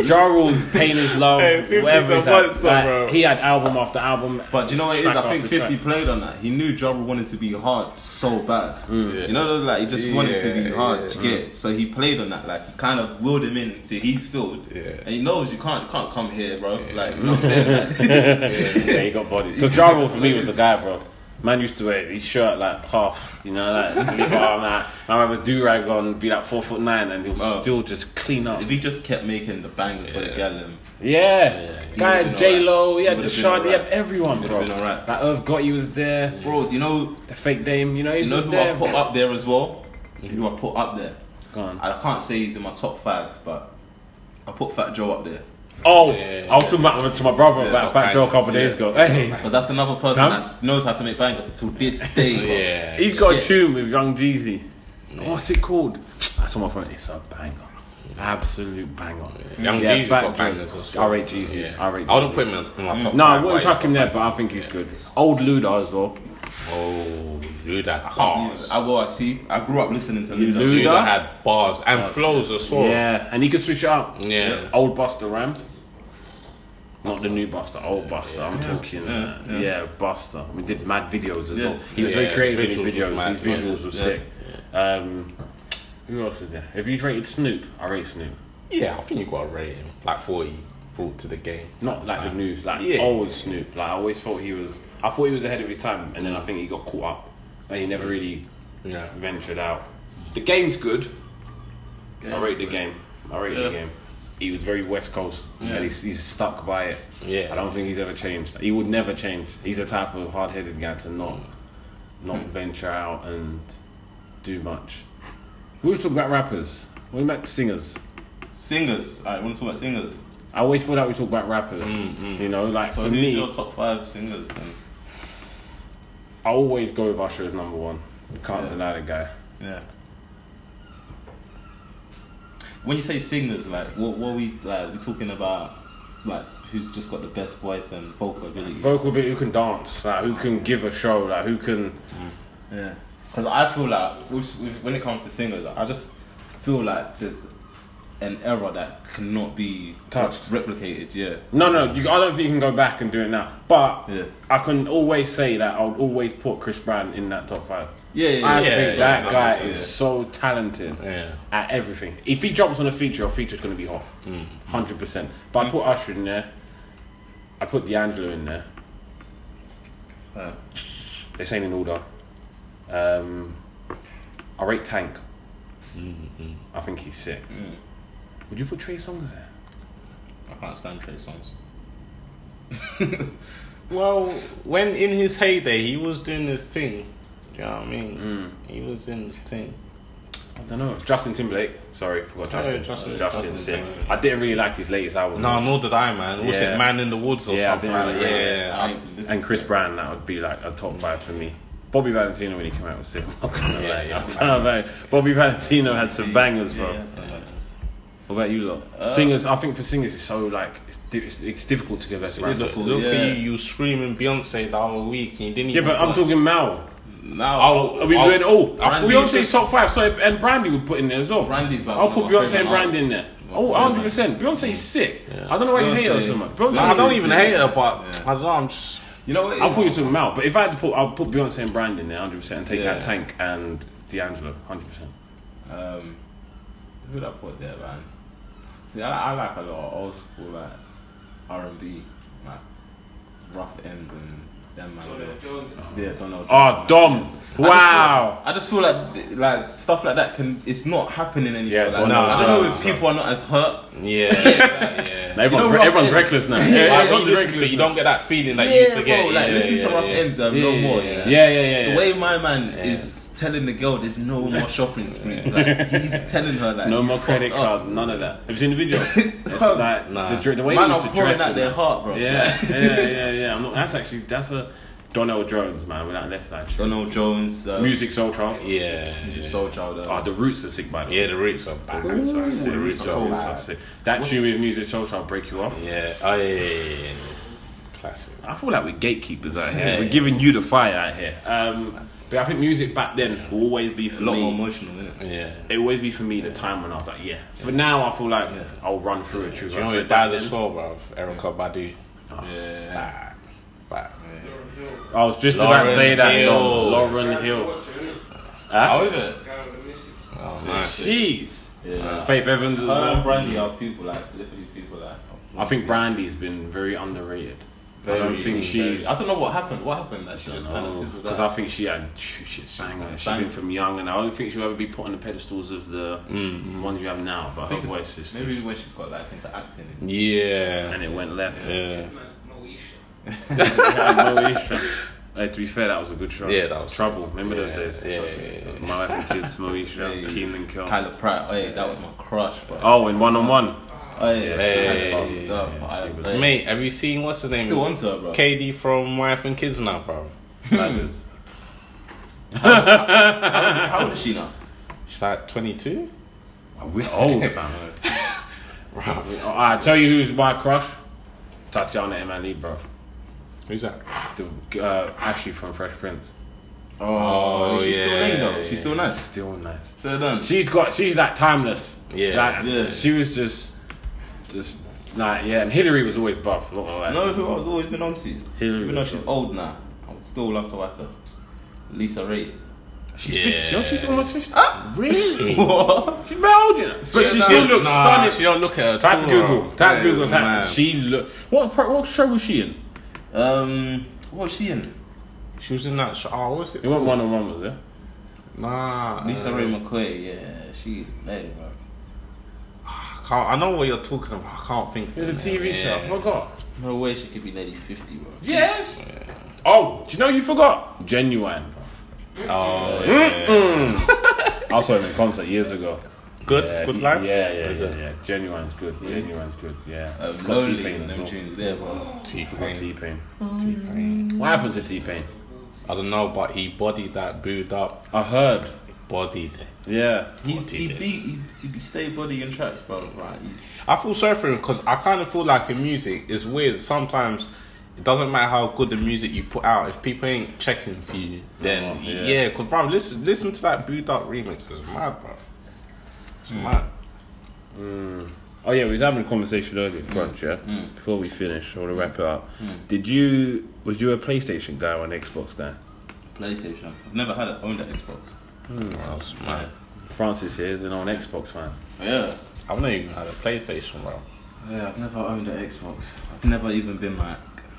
[SPEAKER 1] Like, ja Rule, Pain is Love,
[SPEAKER 2] Hey, 50's
[SPEAKER 1] whatever.
[SPEAKER 2] a
[SPEAKER 1] it's like-
[SPEAKER 2] monster,
[SPEAKER 1] like,
[SPEAKER 2] bro.
[SPEAKER 1] He had album after album.
[SPEAKER 3] But do you know what it is?
[SPEAKER 1] track
[SPEAKER 3] I think
[SPEAKER 1] after
[SPEAKER 3] 50
[SPEAKER 1] track.
[SPEAKER 3] played on that. He knew Ja Rule wanted to be hard so bad.
[SPEAKER 1] Mm.
[SPEAKER 3] You know, those, like he just wanted to be
[SPEAKER 2] Yeah,
[SPEAKER 3] hard
[SPEAKER 2] yeah.
[SPEAKER 3] to get. So he played on that. Like he kind of willed him in to his field.
[SPEAKER 2] Yeah.
[SPEAKER 3] And he knows you can't you can't come here, bro. Like you know what I'm
[SPEAKER 2] *laughs*
[SPEAKER 3] saying? Like,
[SPEAKER 1] yeah, he got bodied. Because Ja Rule for me was the guy, bro. Man used to wear his shirt like half, you know, like *laughs* leave my man. I have a do rag on, be like four foot nine, and he'll
[SPEAKER 3] Oh.
[SPEAKER 1] still just clean up.
[SPEAKER 3] if he just kept making the bangers for the gallon,
[SPEAKER 1] Yeah,
[SPEAKER 3] he
[SPEAKER 1] guy
[SPEAKER 3] would've been
[SPEAKER 1] J Lo,
[SPEAKER 3] alright.
[SPEAKER 1] he had the
[SPEAKER 3] He would've been
[SPEAKER 1] shot, he had
[SPEAKER 3] alright.
[SPEAKER 1] everyone,
[SPEAKER 3] Would've
[SPEAKER 1] bro.
[SPEAKER 3] been alright.
[SPEAKER 1] Like Irv got you was there,
[SPEAKER 3] bro. Do you know?
[SPEAKER 1] the fake Dame, you know,
[SPEAKER 3] You
[SPEAKER 1] he's
[SPEAKER 3] know
[SPEAKER 1] just
[SPEAKER 3] who
[SPEAKER 1] there.
[SPEAKER 3] I put up there as well?
[SPEAKER 2] Mm.
[SPEAKER 3] Who I put up there?
[SPEAKER 1] Go on.
[SPEAKER 3] I can't say he's in my top five, but I put Fat Joe up there.
[SPEAKER 1] Oh,
[SPEAKER 2] Yeah.
[SPEAKER 1] I was talking about to my brother
[SPEAKER 3] Yeah,
[SPEAKER 1] about Fat Joe a couple
[SPEAKER 2] yeah.
[SPEAKER 1] days ago. Hey,
[SPEAKER 3] But that's another person
[SPEAKER 1] Huh?
[SPEAKER 3] that knows how to make bangers to this day. bro.
[SPEAKER 2] Yeah.
[SPEAKER 1] he's got
[SPEAKER 3] Yeah.
[SPEAKER 1] a tune with Young Jeezy. What's it called? That's on my phone. It's a banger, absolute banger.
[SPEAKER 2] Young Jeezy
[SPEAKER 1] Fat
[SPEAKER 2] got
[SPEAKER 1] Joe.
[SPEAKER 2] bangers as well.
[SPEAKER 1] I rate Jeezy.
[SPEAKER 2] Yeah.
[SPEAKER 1] I rate.
[SPEAKER 2] I would have
[SPEAKER 1] Jeezy.
[SPEAKER 2] put him in, in my top
[SPEAKER 1] No, I
[SPEAKER 2] five,
[SPEAKER 1] wouldn't
[SPEAKER 2] but-
[SPEAKER 1] chuck him there, but I think he's good. Old Luda as well.
[SPEAKER 2] Oh, Luda.
[SPEAKER 3] Oh,
[SPEAKER 2] Bars.
[SPEAKER 3] I well, I see. I grew up listening to
[SPEAKER 1] You
[SPEAKER 3] Luda.
[SPEAKER 1] lose.
[SPEAKER 2] Luda had bars and flows as well.
[SPEAKER 1] Yeah, and he could switch it up.
[SPEAKER 2] Yeah.
[SPEAKER 1] Old Buster Rams. Not the new Buster, old Buster. I'm talking.
[SPEAKER 3] yeah,
[SPEAKER 1] uh, Yeah, Buster. We did mad videos as
[SPEAKER 3] Yeah.
[SPEAKER 1] well. He was
[SPEAKER 2] Yeah,
[SPEAKER 1] very creative in
[SPEAKER 2] visuals
[SPEAKER 1] his
[SPEAKER 2] was mad,
[SPEAKER 1] videos. His visuals were
[SPEAKER 3] yeah.
[SPEAKER 1] sick. Um, who else is there? If you rated Snoop, I rate Snoop.
[SPEAKER 2] Yeah, I think you got to rate him like forty brought to the game.
[SPEAKER 1] Not like the news, like
[SPEAKER 2] Yeah.
[SPEAKER 1] old Snoop. Like I always thought he was. I thought he was ahead of his time, and then I think he got caught up, and he never really
[SPEAKER 2] Yeah.
[SPEAKER 1] ventured out. The game's good.
[SPEAKER 3] Yeah.
[SPEAKER 1] I rate the game. I rate
[SPEAKER 3] Yeah.
[SPEAKER 1] the game. He was very West Coast, and he's, he's stuck by it.
[SPEAKER 2] Yeah.
[SPEAKER 1] I don't think he's ever changed. He would never change. He's a type of hard-headed guy to not, not
[SPEAKER 3] Hmm.
[SPEAKER 1] venture out and do much. We always talk about rappers. What about singers?
[SPEAKER 3] Singers. I want to talk about singers.
[SPEAKER 1] I always feel like we talk about rappers. You know, like
[SPEAKER 3] Mm, So
[SPEAKER 1] for
[SPEAKER 3] who's
[SPEAKER 1] me,
[SPEAKER 3] your top five singers then?
[SPEAKER 1] I always go with Usher as number one. Can't
[SPEAKER 3] Yeah.
[SPEAKER 1] deny the guy.
[SPEAKER 3] Yeah. When you say singers, like what, what we like, we talking about, like who's just got the best voice and vocal ability.
[SPEAKER 1] Vocal bit who can dance, like who can give a show, like who can.
[SPEAKER 3] Yeah. Because I feel like with, with, when it comes to singers, I just feel like there's an era that cannot be
[SPEAKER 1] Touched.
[SPEAKER 3] replicated. Yeah.
[SPEAKER 1] No, no, you, I don't think you can go back and do it now. But
[SPEAKER 3] Yeah.
[SPEAKER 1] I can always say that I would always put Chris Brown in that top five.
[SPEAKER 3] Yeah. Yeah.
[SPEAKER 1] I
[SPEAKER 3] yeah,
[SPEAKER 1] think
[SPEAKER 2] yeah,
[SPEAKER 1] that
[SPEAKER 2] yeah,
[SPEAKER 1] guy
[SPEAKER 2] yeah.
[SPEAKER 1] is so talented
[SPEAKER 2] Yeah.
[SPEAKER 1] at everything. If he drops on a feature, a feature's going to be hot, hundred percent. But I put Usher in there. I put D'Angelo in there.
[SPEAKER 3] Uh.
[SPEAKER 1] They ain't in order. Um, I rate Tank.
[SPEAKER 2] Mm-hmm.
[SPEAKER 1] I think he's sick.
[SPEAKER 2] Mm.
[SPEAKER 1] Would you put Trey Songs there?
[SPEAKER 3] I can't stand Trey songs.
[SPEAKER 2] Well, when in his heyday, he was doing this thing. You know what I mean?
[SPEAKER 1] Mm.
[SPEAKER 2] He was doing this thing.
[SPEAKER 1] I don't know. Justin Timberlake. Sorry, forgot
[SPEAKER 2] Oh,
[SPEAKER 1] Justin.
[SPEAKER 2] Justin-
[SPEAKER 1] Justin,
[SPEAKER 2] Justin
[SPEAKER 1] sick.
[SPEAKER 2] Timberlake.
[SPEAKER 1] I didn't really like his latest album.
[SPEAKER 2] No, nor did I, man. Was
[SPEAKER 1] Yeah.
[SPEAKER 2] it Man in the Woods or
[SPEAKER 1] Yeah, I
[SPEAKER 2] something?
[SPEAKER 1] didn't
[SPEAKER 2] like that?
[SPEAKER 1] really
[SPEAKER 2] yeah,
[SPEAKER 3] I
[SPEAKER 2] yeah.
[SPEAKER 3] ain't listened
[SPEAKER 1] and
[SPEAKER 3] to
[SPEAKER 1] Chris
[SPEAKER 3] it.
[SPEAKER 1] Brown, that would be like a top five for me. Bobby Valentino when he came out was sick. *laughs* I'm not gonna lie.
[SPEAKER 2] Yeah, yeah.
[SPEAKER 1] I'm telling you, mate, Bobby Valentino had some bangers, bro.
[SPEAKER 3] Yeah, some bangers.
[SPEAKER 1] What about you, lot?
[SPEAKER 2] Uh,
[SPEAKER 1] singers, I think for singers it's so like it's, di- it's- it's difficult to go best
[SPEAKER 2] Look,
[SPEAKER 1] rapper.
[SPEAKER 2] look,
[SPEAKER 3] Beautiful,
[SPEAKER 2] at
[SPEAKER 3] yeah.
[SPEAKER 2] you, you screaming Beyonce the other week and you didn't
[SPEAKER 1] Yeah,
[SPEAKER 2] even
[SPEAKER 1] but I'm
[SPEAKER 2] like-
[SPEAKER 1] talking Mal.
[SPEAKER 3] Now,
[SPEAKER 2] I'll-
[SPEAKER 1] Are we
[SPEAKER 2] I'll-
[SPEAKER 1] doing all?
[SPEAKER 3] Brandy's
[SPEAKER 1] Beyonce's
[SPEAKER 3] just-
[SPEAKER 1] top five, so and Brandy would put in there as well.
[SPEAKER 3] Brandy's like
[SPEAKER 1] I'll
[SPEAKER 3] one
[SPEAKER 1] put
[SPEAKER 3] of my
[SPEAKER 1] Beyonce
[SPEAKER 3] favourite
[SPEAKER 1] and Brandy in there.
[SPEAKER 3] artists. My
[SPEAKER 1] Oh,
[SPEAKER 3] favourite
[SPEAKER 1] 100 percent. Beyonce's sick. I don't know why you hate her so much. Beyonce's
[SPEAKER 2] Nah, I don't even
[SPEAKER 1] sick.
[SPEAKER 2] hate her, but
[SPEAKER 3] Yeah.
[SPEAKER 2] I don't know. I'm just.
[SPEAKER 3] you know what? it
[SPEAKER 1] I
[SPEAKER 3] is?
[SPEAKER 1] thought you were talking Mal, but if I had to put, I'll put Beyonce and Brand in there, 100, percent and take
[SPEAKER 3] Yeah.
[SPEAKER 1] out Tank and D'Angelo, 100. percent
[SPEAKER 3] Um, who would I put there, man? See, I, I like a lot of old school like R and B, like rough ends and them man.
[SPEAKER 4] Donald
[SPEAKER 3] there.
[SPEAKER 4] Jones.
[SPEAKER 3] Yeah, Donald.
[SPEAKER 1] Oh,
[SPEAKER 3] Jones, man.
[SPEAKER 1] Dom! Oh, Wow!
[SPEAKER 3] I just feel like, I just feel like like stuff like that can it's not happening anymore.
[SPEAKER 1] Yeah,
[SPEAKER 3] like,
[SPEAKER 1] Donald
[SPEAKER 3] I don't know
[SPEAKER 1] Jones,
[SPEAKER 3] if people are not as hurt.
[SPEAKER 2] *laughs* Yeah. yeah.
[SPEAKER 1] Now everyone's,
[SPEAKER 3] You know
[SPEAKER 1] re-
[SPEAKER 3] Rough
[SPEAKER 1] everyone's
[SPEAKER 3] Ends?
[SPEAKER 1] reckless now.
[SPEAKER 2] Yeah,
[SPEAKER 1] Yeah, *laughs*
[SPEAKER 2] you,
[SPEAKER 1] everyone's
[SPEAKER 2] just-
[SPEAKER 1] reckless
[SPEAKER 2] you
[SPEAKER 1] now.
[SPEAKER 2] don't get that feeling that you used to get.
[SPEAKER 3] bro, like
[SPEAKER 2] yeah,
[SPEAKER 3] listen to
[SPEAKER 2] yeah,
[SPEAKER 3] rough
[SPEAKER 2] yeah.
[SPEAKER 3] ends um, no
[SPEAKER 2] Yeah,
[SPEAKER 3] more.
[SPEAKER 2] yeah,
[SPEAKER 3] Yeah.
[SPEAKER 1] Yeah, yeah, yeah.
[SPEAKER 3] The
[SPEAKER 1] yeah.
[SPEAKER 3] way my man
[SPEAKER 2] Yeah.
[SPEAKER 3] is telling the girl there's no more shopping sprees,
[SPEAKER 1] *laughs*
[SPEAKER 3] like he's telling her like
[SPEAKER 1] no
[SPEAKER 3] you
[SPEAKER 1] more
[SPEAKER 3] fucked
[SPEAKER 1] credit
[SPEAKER 3] up.
[SPEAKER 1] cards, none of that. Have you seen the
[SPEAKER 3] *laughs*
[SPEAKER 1] video? It's like
[SPEAKER 2] Nah.
[SPEAKER 1] the, dr- the way
[SPEAKER 3] Man
[SPEAKER 1] he
[SPEAKER 3] are
[SPEAKER 1] used to
[SPEAKER 3] pouring
[SPEAKER 1] dress.
[SPEAKER 3] out
[SPEAKER 1] in
[SPEAKER 3] their
[SPEAKER 1] it.
[SPEAKER 3] heart, bro.
[SPEAKER 1] Yeah, yeah, yeah, yeah. I'm not, that's actually that's a Donnell Jones man with that left hand. shit.
[SPEAKER 3] Donald Jones, uh,
[SPEAKER 1] Music Soul Child.
[SPEAKER 2] Yeah.
[SPEAKER 3] Music
[SPEAKER 2] Yeah.
[SPEAKER 3] Soul Child. Uh,
[SPEAKER 1] Ah, the roots are sick by the way.
[SPEAKER 2] Yeah, the roots are bad.
[SPEAKER 1] the roots are sick. The
[SPEAKER 2] Roots
[SPEAKER 1] roots
[SPEAKER 2] are
[SPEAKER 1] are
[SPEAKER 2] cold.
[SPEAKER 1] sick. That tune with Music Soul Child break you off.
[SPEAKER 2] Yeah. Oh, yeah, yeah, yeah, classic.
[SPEAKER 1] I feel like we're gatekeepers out here.
[SPEAKER 2] Yeah,
[SPEAKER 1] we're
[SPEAKER 2] yeah.
[SPEAKER 1] giving you the fire out here. Um, but I think music back then will always be
[SPEAKER 3] A
[SPEAKER 1] for
[SPEAKER 3] lot
[SPEAKER 1] me.
[SPEAKER 3] more emotional, innit?
[SPEAKER 2] Yeah.
[SPEAKER 1] it will always be for me the time when I was like, yeah. For now, I feel like
[SPEAKER 3] Yeah.
[SPEAKER 1] I'll run through it.
[SPEAKER 2] Do you know who died as well, bruv? Erica Badu.
[SPEAKER 1] Oh.
[SPEAKER 3] Yeah.
[SPEAKER 2] Bad. Bad.
[SPEAKER 4] Lauren Hill.
[SPEAKER 1] I was just about to
[SPEAKER 2] Lauryn
[SPEAKER 1] say that.
[SPEAKER 2] Hill.
[SPEAKER 1] though. Lauren
[SPEAKER 4] Guys,
[SPEAKER 1] Hill.
[SPEAKER 4] watch it, innit?
[SPEAKER 2] How
[SPEAKER 1] Huh?
[SPEAKER 2] is it?
[SPEAKER 4] Guy with the missus.
[SPEAKER 2] Oh, nice.
[SPEAKER 1] Jeez.
[SPEAKER 3] Yeah.
[SPEAKER 1] Faith Evans as
[SPEAKER 3] Uh, Her and
[SPEAKER 1] well.
[SPEAKER 3] Brandy are people like literally people like.
[SPEAKER 1] I think Brandy's been very underrated. I don't
[SPEAKER 2] Very,
[SPEAKER 1] think she's.
[SPEAKER 3] I don't know what happened. What happened? That she just kind of fizzled
[SPEAKER 1] Because I
[SPEAKER 3] out.
[SPEAKER 1] think she had she- she's banger. She's
[SPEAKER 3] Bangers.
[SPEAKER 1] been from young, and I don't think she'll ever be put on the pedestals of the
[SPEAKER 2] Mm.
[SPEAKER 1] ones you have now. But her
[SPEAKER 3] think
[SPEAKER 1] voice is
[SPEAKER 3] maybe
[SPEAKER 1] just-
[SPEAKER 3] when she got like into acting.
[SPEAKER 2] Yeah.
[SPEAKER 1] and it went left.
[SPEAKER 2] Yeah. *laughs*
[SPEAKER 4] Man, Moesha. *laughs*
[SPEAKER 1] Yeah, no Isha. *laughs* Like, to be fair, that was a good show.
[SPEAKER 2] Yeah, that was-
[SPEAKER 1] trouble. Remember
[SPEAKER 2] yeah,
[SPEAKER 1] those days?
[SPEAKER 2] yeah,
[SPEAKER 1] Trust me.
[SPEAKER 2] yeah,
[SPEAKER 1] My wife and kids,
[SPEAKER 3] Yeah,
[SPEAKER 1] Moesha,
[SPEAKER 3] yeah.
[SPEAKER 1] Keen and Kel.
[SPEAKER 3] Tyler Pratt. Hey, that was my crush, bro.
[SPEAKER 1] Oh, in one on one.
[SPEAKER 3] Oh, yeah,
[SPEAKER 2] Hey,
[SPEAKER 3] she had love,
[SPEAKER 1] yeah,
[SPEAKER 3] love,
[SPEAKER 1] she was-
[SPEAKER 3] hey.
[SPEAKER 2] Mate, have you seen what's his name?
[SPEAKER 3] Still onto her, bro.
[SPEAKER 2] KD from Wife and Kids now, bruv.
[SPEAKER 3] How old is she now?
[SPEAKER 2] She's like 22?
[SPEAKER 1] Are we old, fam? I tell you who's my crush. Tatiana Emily, bro.
[SPEAKER 2] Who's that?
[SPEAKER 1] The, uh, Ashley from Fresh Prince.
[SPEAKER 2] Oh,
[SPEAKER 3] she's still
[SPEAKER 2] yeah.
[SPEAKER 3] lame though. She's still nice.
[SPEAKER 1] Still nice.
[SPEAKER 3] So then,
[SPEAKER 1] She's got. She's like timeless.
[SPEAKER 2] Yeah.
[SPEAKER 1] Like,
[SPEAKER 3] Yeah.
[SPEAKER 1] She was just, just like yeah. And Hillary was always buff. Not like,
[SPEAKER 3] you know who I've always been onto?
[SPEAKER 1] Hillary
[SPEAKER 3] Even though
[SPEAKER 1] Duff.
[SPEAKER 3] she's old now, I would still love to whack her. Lisa Ray.
[SPEAKER 1] She's
[SPEAKER 2] Yeah.
[SPEAKER 1] 50. No, she's almost 50.
[SPEAKER 2] Really?
[SPEAKER 3] What?
[SPEAKER 1] She's Belgian. But she still looks stunning.
[SPEAKER 2] She don't look at her. at
[SPEAKER 1] Type
[SPEAKER 2] all,
[SPEAKER 1] Google.
[SPEAKER 2] bruv.
[SPEAKER 1] Type
[SPEAKER 3] Yeah,
[SPEAKER 1] Google. Type.
[SPEAKER 3] man.
[SPEAKER 1] She look. What pro- what show was she in?
[SPEAKER 3] Um, what was she in?
[SPEAKER 2] She was in that show. Oh, what was it?
[SPEAKER 1] It wasn't one on one, was it?
[SPEAKER 2] Nah.
[SPEAKER 3] Lisa
[SPEAKER 2] uh,
[SPEAKER 3] Ray McQuay. Yeah, she's lame, bro.
[SPEAKER 2] I, can't, I know what you're talking about. I can't think.
[SPEAKER 1] It was a
[SPEAKER 2] from
[SPEAKER 1] TV
[SPEAKER 2] it.
[SPEAKER 1] show. I
[SPEAKER 2] Yeah.
[SPEAKER 1] forgot.
[SPEAKER 3] No way she could be nearly fifty, bro.
[SPEAKER 1] Yes. Oh, do you know you forgot? Genuine.
[SPEAKER 2] Oh, yeah.
[SPEAKER 1] I saw him in concert years ago.
[SPEAKER 2] Good,
[SPEAKER 1] Yeah,
[SPEAKER 2] good
[SPEAKER 1] he-
[SPEAKER 2] life.
[SPEAKER 1] Yeah, yeah,
[SPEAKER 2] Is
[SPEAKER 1] yeah,
[SPEAKER 2] it?
[SPEAKER 1] yeah. Genuine's good. Genuine's good. Yeah.
[SPEAKER 3] Uh,
[SPEAKER 1] Forgot
[SPEAKER 3] lonely
[SPEAKER 1] T-Pain
[SPEAKER 3] and
[SPEAKER 1] as
[SPEAKER 3] them
[SPEAKER 1] well.
[SPEAKER 3] tunes there, bro.
[SPEAKER 2] T
[SPEAKER 1] Forgot
[SPEAKER 2] Pain.
[SPEAKER 1] T-Pain.
[SPEAKER 2] T Pain.
[SPEAKER 1] What happened to T-Pain?
[SPEAKER 2] I don't know, but he bodied that booed up.
[SPEAKER 1] I heard.
[SPEAKER 2] Bodied it.
[SPEAKER 1] Yeah.
[SPEAKER 3] He's,
[SPEAKER 2] he
[SPEAKER 3] he
[SPEAKER 2] did.
[SPEAKER 3] beat, he, he be stay body in tracks, bro. Right, he's,
[SPEAKER 2] I feel sorry for him because I kind of feel like in music, it's weird. Sometimes it doesn't matter how good the music you put out. If people ain't checking for you, then
[SPEAKER 1] Oh, yeah.
[SPEAKER 2] yeah. Because bro, listen, listen to that booed up remix. It's mad, bro. It's mad.
[SPEAKER 1] Oh yeah, we was having a conversation earlier, Crunch, yeah. Before we finish, I want to wrap it up. Did you was you a PlayStation guy or an Xbox guy?
[SPEAKER 3] PlayStation. I've never had it. Owned an Xbox.
[SPEAKER 2] Bro, it's mad.
[SPEAKER 1] Francis here is an old Xbox fan.
[SPEAKER 3] Yeah.
[SPEAKER 2] I've not even had a PlayStation, bro.
[SPEAKER 3] Oh, Yeah, I've never owned an Xbox. I've never even been like,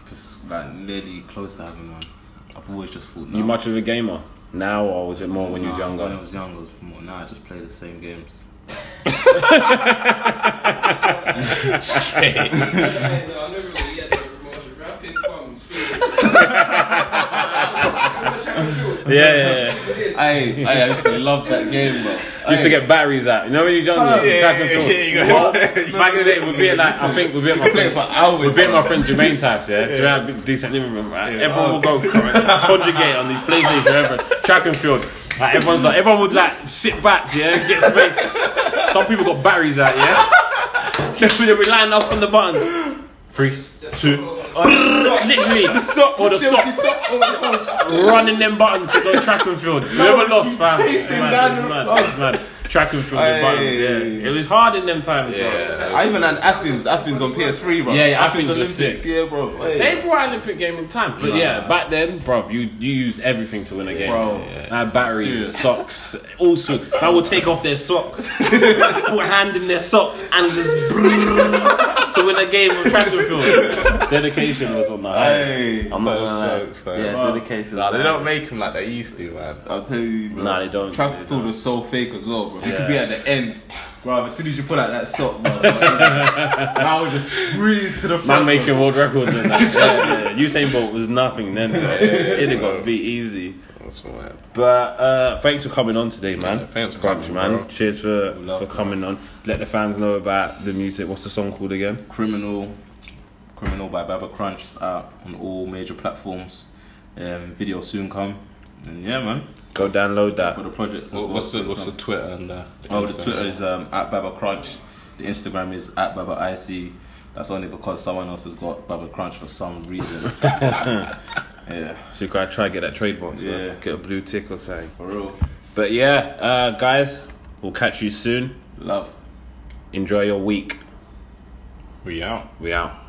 [SPEAKER 3] just like nearly close to having one. I've always just thought. No.
[SPEAKER 1] You much of a gamer Oh. now, or was it more when you
[SPEAKER 3] Nah,
[SPEAKER 1] was
[SPEAKER 3] When I
[SPEAKER 1] younger?
[SPEAKER 3] was younger, it was more. Nah, I just play the same games.
[SPEAKER 4] Hey, no, I never really had the remote. Rapid thumbs, fingers. I'm trying to do it.
[SPEAKER 1] Yeah, yeah, yeah.
[SPEAKER 3] *laughs*
[SPEAKER 4] Look at this.
[SPEAKER 3] Hey, I used to love that game, bro.
[SPEAKER 1] *laughs* used to
[SPEAKER 3] *laughs*
[SPEAKER 1] get batteries out. You know when you done
[SPEAKER 3] Oh,
[SPEAKER 1] the
[SPEAKER 2] yeah,
[SPEAKER 1] track and
[SPEAKER 2] yeah,
[SPEAKER 1] field.
[SPEAKER 2] yeah, you
[SPEAKER 1] Well, Back in the day, we'd be at like I think we'd be at my
[SPEAKER 3] play it
[SPEAKER 1] friend,
[SPEAKER 3] for
[SPEAKER 1] *laughs*
[SPEAKER 3] hours.
[SPEAKER 1] we'd be at my friend Jermaine's house. Yeah, Do you know how decent living room, right? Everyone *laughs* would go conjugate on these PlayStation, whatever. Track and field. Like everyone's like, everyone would like sit back, yeah, get space. Some people got batteries out, yeah. *laughs* They'd be lining up on the buttons. Three, two, literally, or Oh, the sock, running them buttons to go track and *laughs* field. You never lost, fam. It's
[SPEAKER 3] pacing
[SPEAKER 1] mad,
[SPEAKER 3] down
[SPEAKER 1] it's
[SPEAKER 3] the
[SPEAKER 1] mad,
[SPEAKER 3] road.
[SPEAKER 1] it's mad. Track and field, the
[SPEAKER 3] Aye.
[SPEAKER 1] buttons. Yeah, it was hard in them times, bro.
[SPEAKER 3] I even had Athens, Athens on PS3, bro.
[SPEAKER 1] Yeah, yeah, Athens was
[SPEAKER 3] Olympics,
[SPEAKER 1] sick.
[SPEAKER 3] yeah, bro. Hey.
[SPEAKER 1] They brought Olympic game in time, but yeah, back then, bro, you you used everything to win a game.
[SPEAKER 3] Bro.
[SPEAKER 1] I had batteries,
[SPEAKER 3] Serious.
[SPEAKER 1] socks, all sorts. *laughs* So I would take off their sock, *laughs* put a hand in their sock, and just brrrr to win a game of track and field. Dedication was on that.
[SPEAKER 3] Hey,
[SPEAKER 1] I'm not
[SPEAKER 2] those
[SPEAKER 1] gonna lie.
[SPEAKER 2] jokes, man.
[SPEAKER 1] Yeah,
[SPEAKER 3] Bro.
[SPEAKER 1] dedication.
[SPEAKER 2] Nah, they don't make him like they used to, man.
[SPEAKER 3] I'll tell you, bro.
[SPEAKER 1] Nah, they don't.
[SPEAKER 3] Track
[SPEAKER 1] They
[SPEAKER 3] field
[SPEAKER 1] don't.
[SPEAKER 3] was so fake as well, bro. You
[SPEAKER 1] Yeah.
[SPEAKER 3] could be at the end, bro. As soon as you put out that sock, bro, *laughs* now would just breeze to the
[SPEAKER 1] Man
[SPEAKER 3] front.
[SPEAKER 1] making world records and that. yeah, yeah. Usain Bolt was nothing then. Bro. It'd have got beat easy.
[SPEAKER 2] That's mad.
[SPEAKER 1] But uh, thanks for coming on today, man.
[SPEAKER 2] Yeah, thanks for
[SPEAKER 1] Crunch,
[SPEAKER 2] coming,
[SPEAKER 1] man.
[SPEAKER 2] bro.
[SPEAKER 1] Cheers for
[SPEAKER 3] We love
[SPEAKER 1] for
[SPEAKER 3] you.
[SPEAKER 1] coming on. Let the fans know about the music. What's the song called again?
[SPEAKER 3] Criminal, Criminal by Baba Crunch is out on all major platforms. Um, video soon come, and yeah, man,
[SPEAKER 1] Go download
[SPEAKER 3] for
[SPEAKER 1] that.
[SPEAKER 3] the project. as
[SPEAKER 2] What, what's the
[SPEAKER 3] well.
[SPEAKER 2] what's the Twitter and uh,
[SPEAKER 3] Oh, the
[SPEAKER 2] Instagram?
[SPEAKER 3] Twitter is um, at Baba Crunch. The Instagram is at Baba IC. That's only because someone else has got Baba Crunch for
[SPEAKER 1] *laughs*
[SPEAKER 3] some reason. yeah,
[SPEAKER 1] So you gotta try to get that trademark. so
[SPEAKER 3] Yeah.
[SPEAKER 1] Get a blue tick or something.
[SPEAKER 3] for real.
[SPEAKER 1] But yeah, uh, guys, we'll catch you soon.
[SPEAKER 3] Love.
[SPEAKER 1] Enjoy your week.
[SPEAKER 2] We out.
[SPEAKER 1] We out.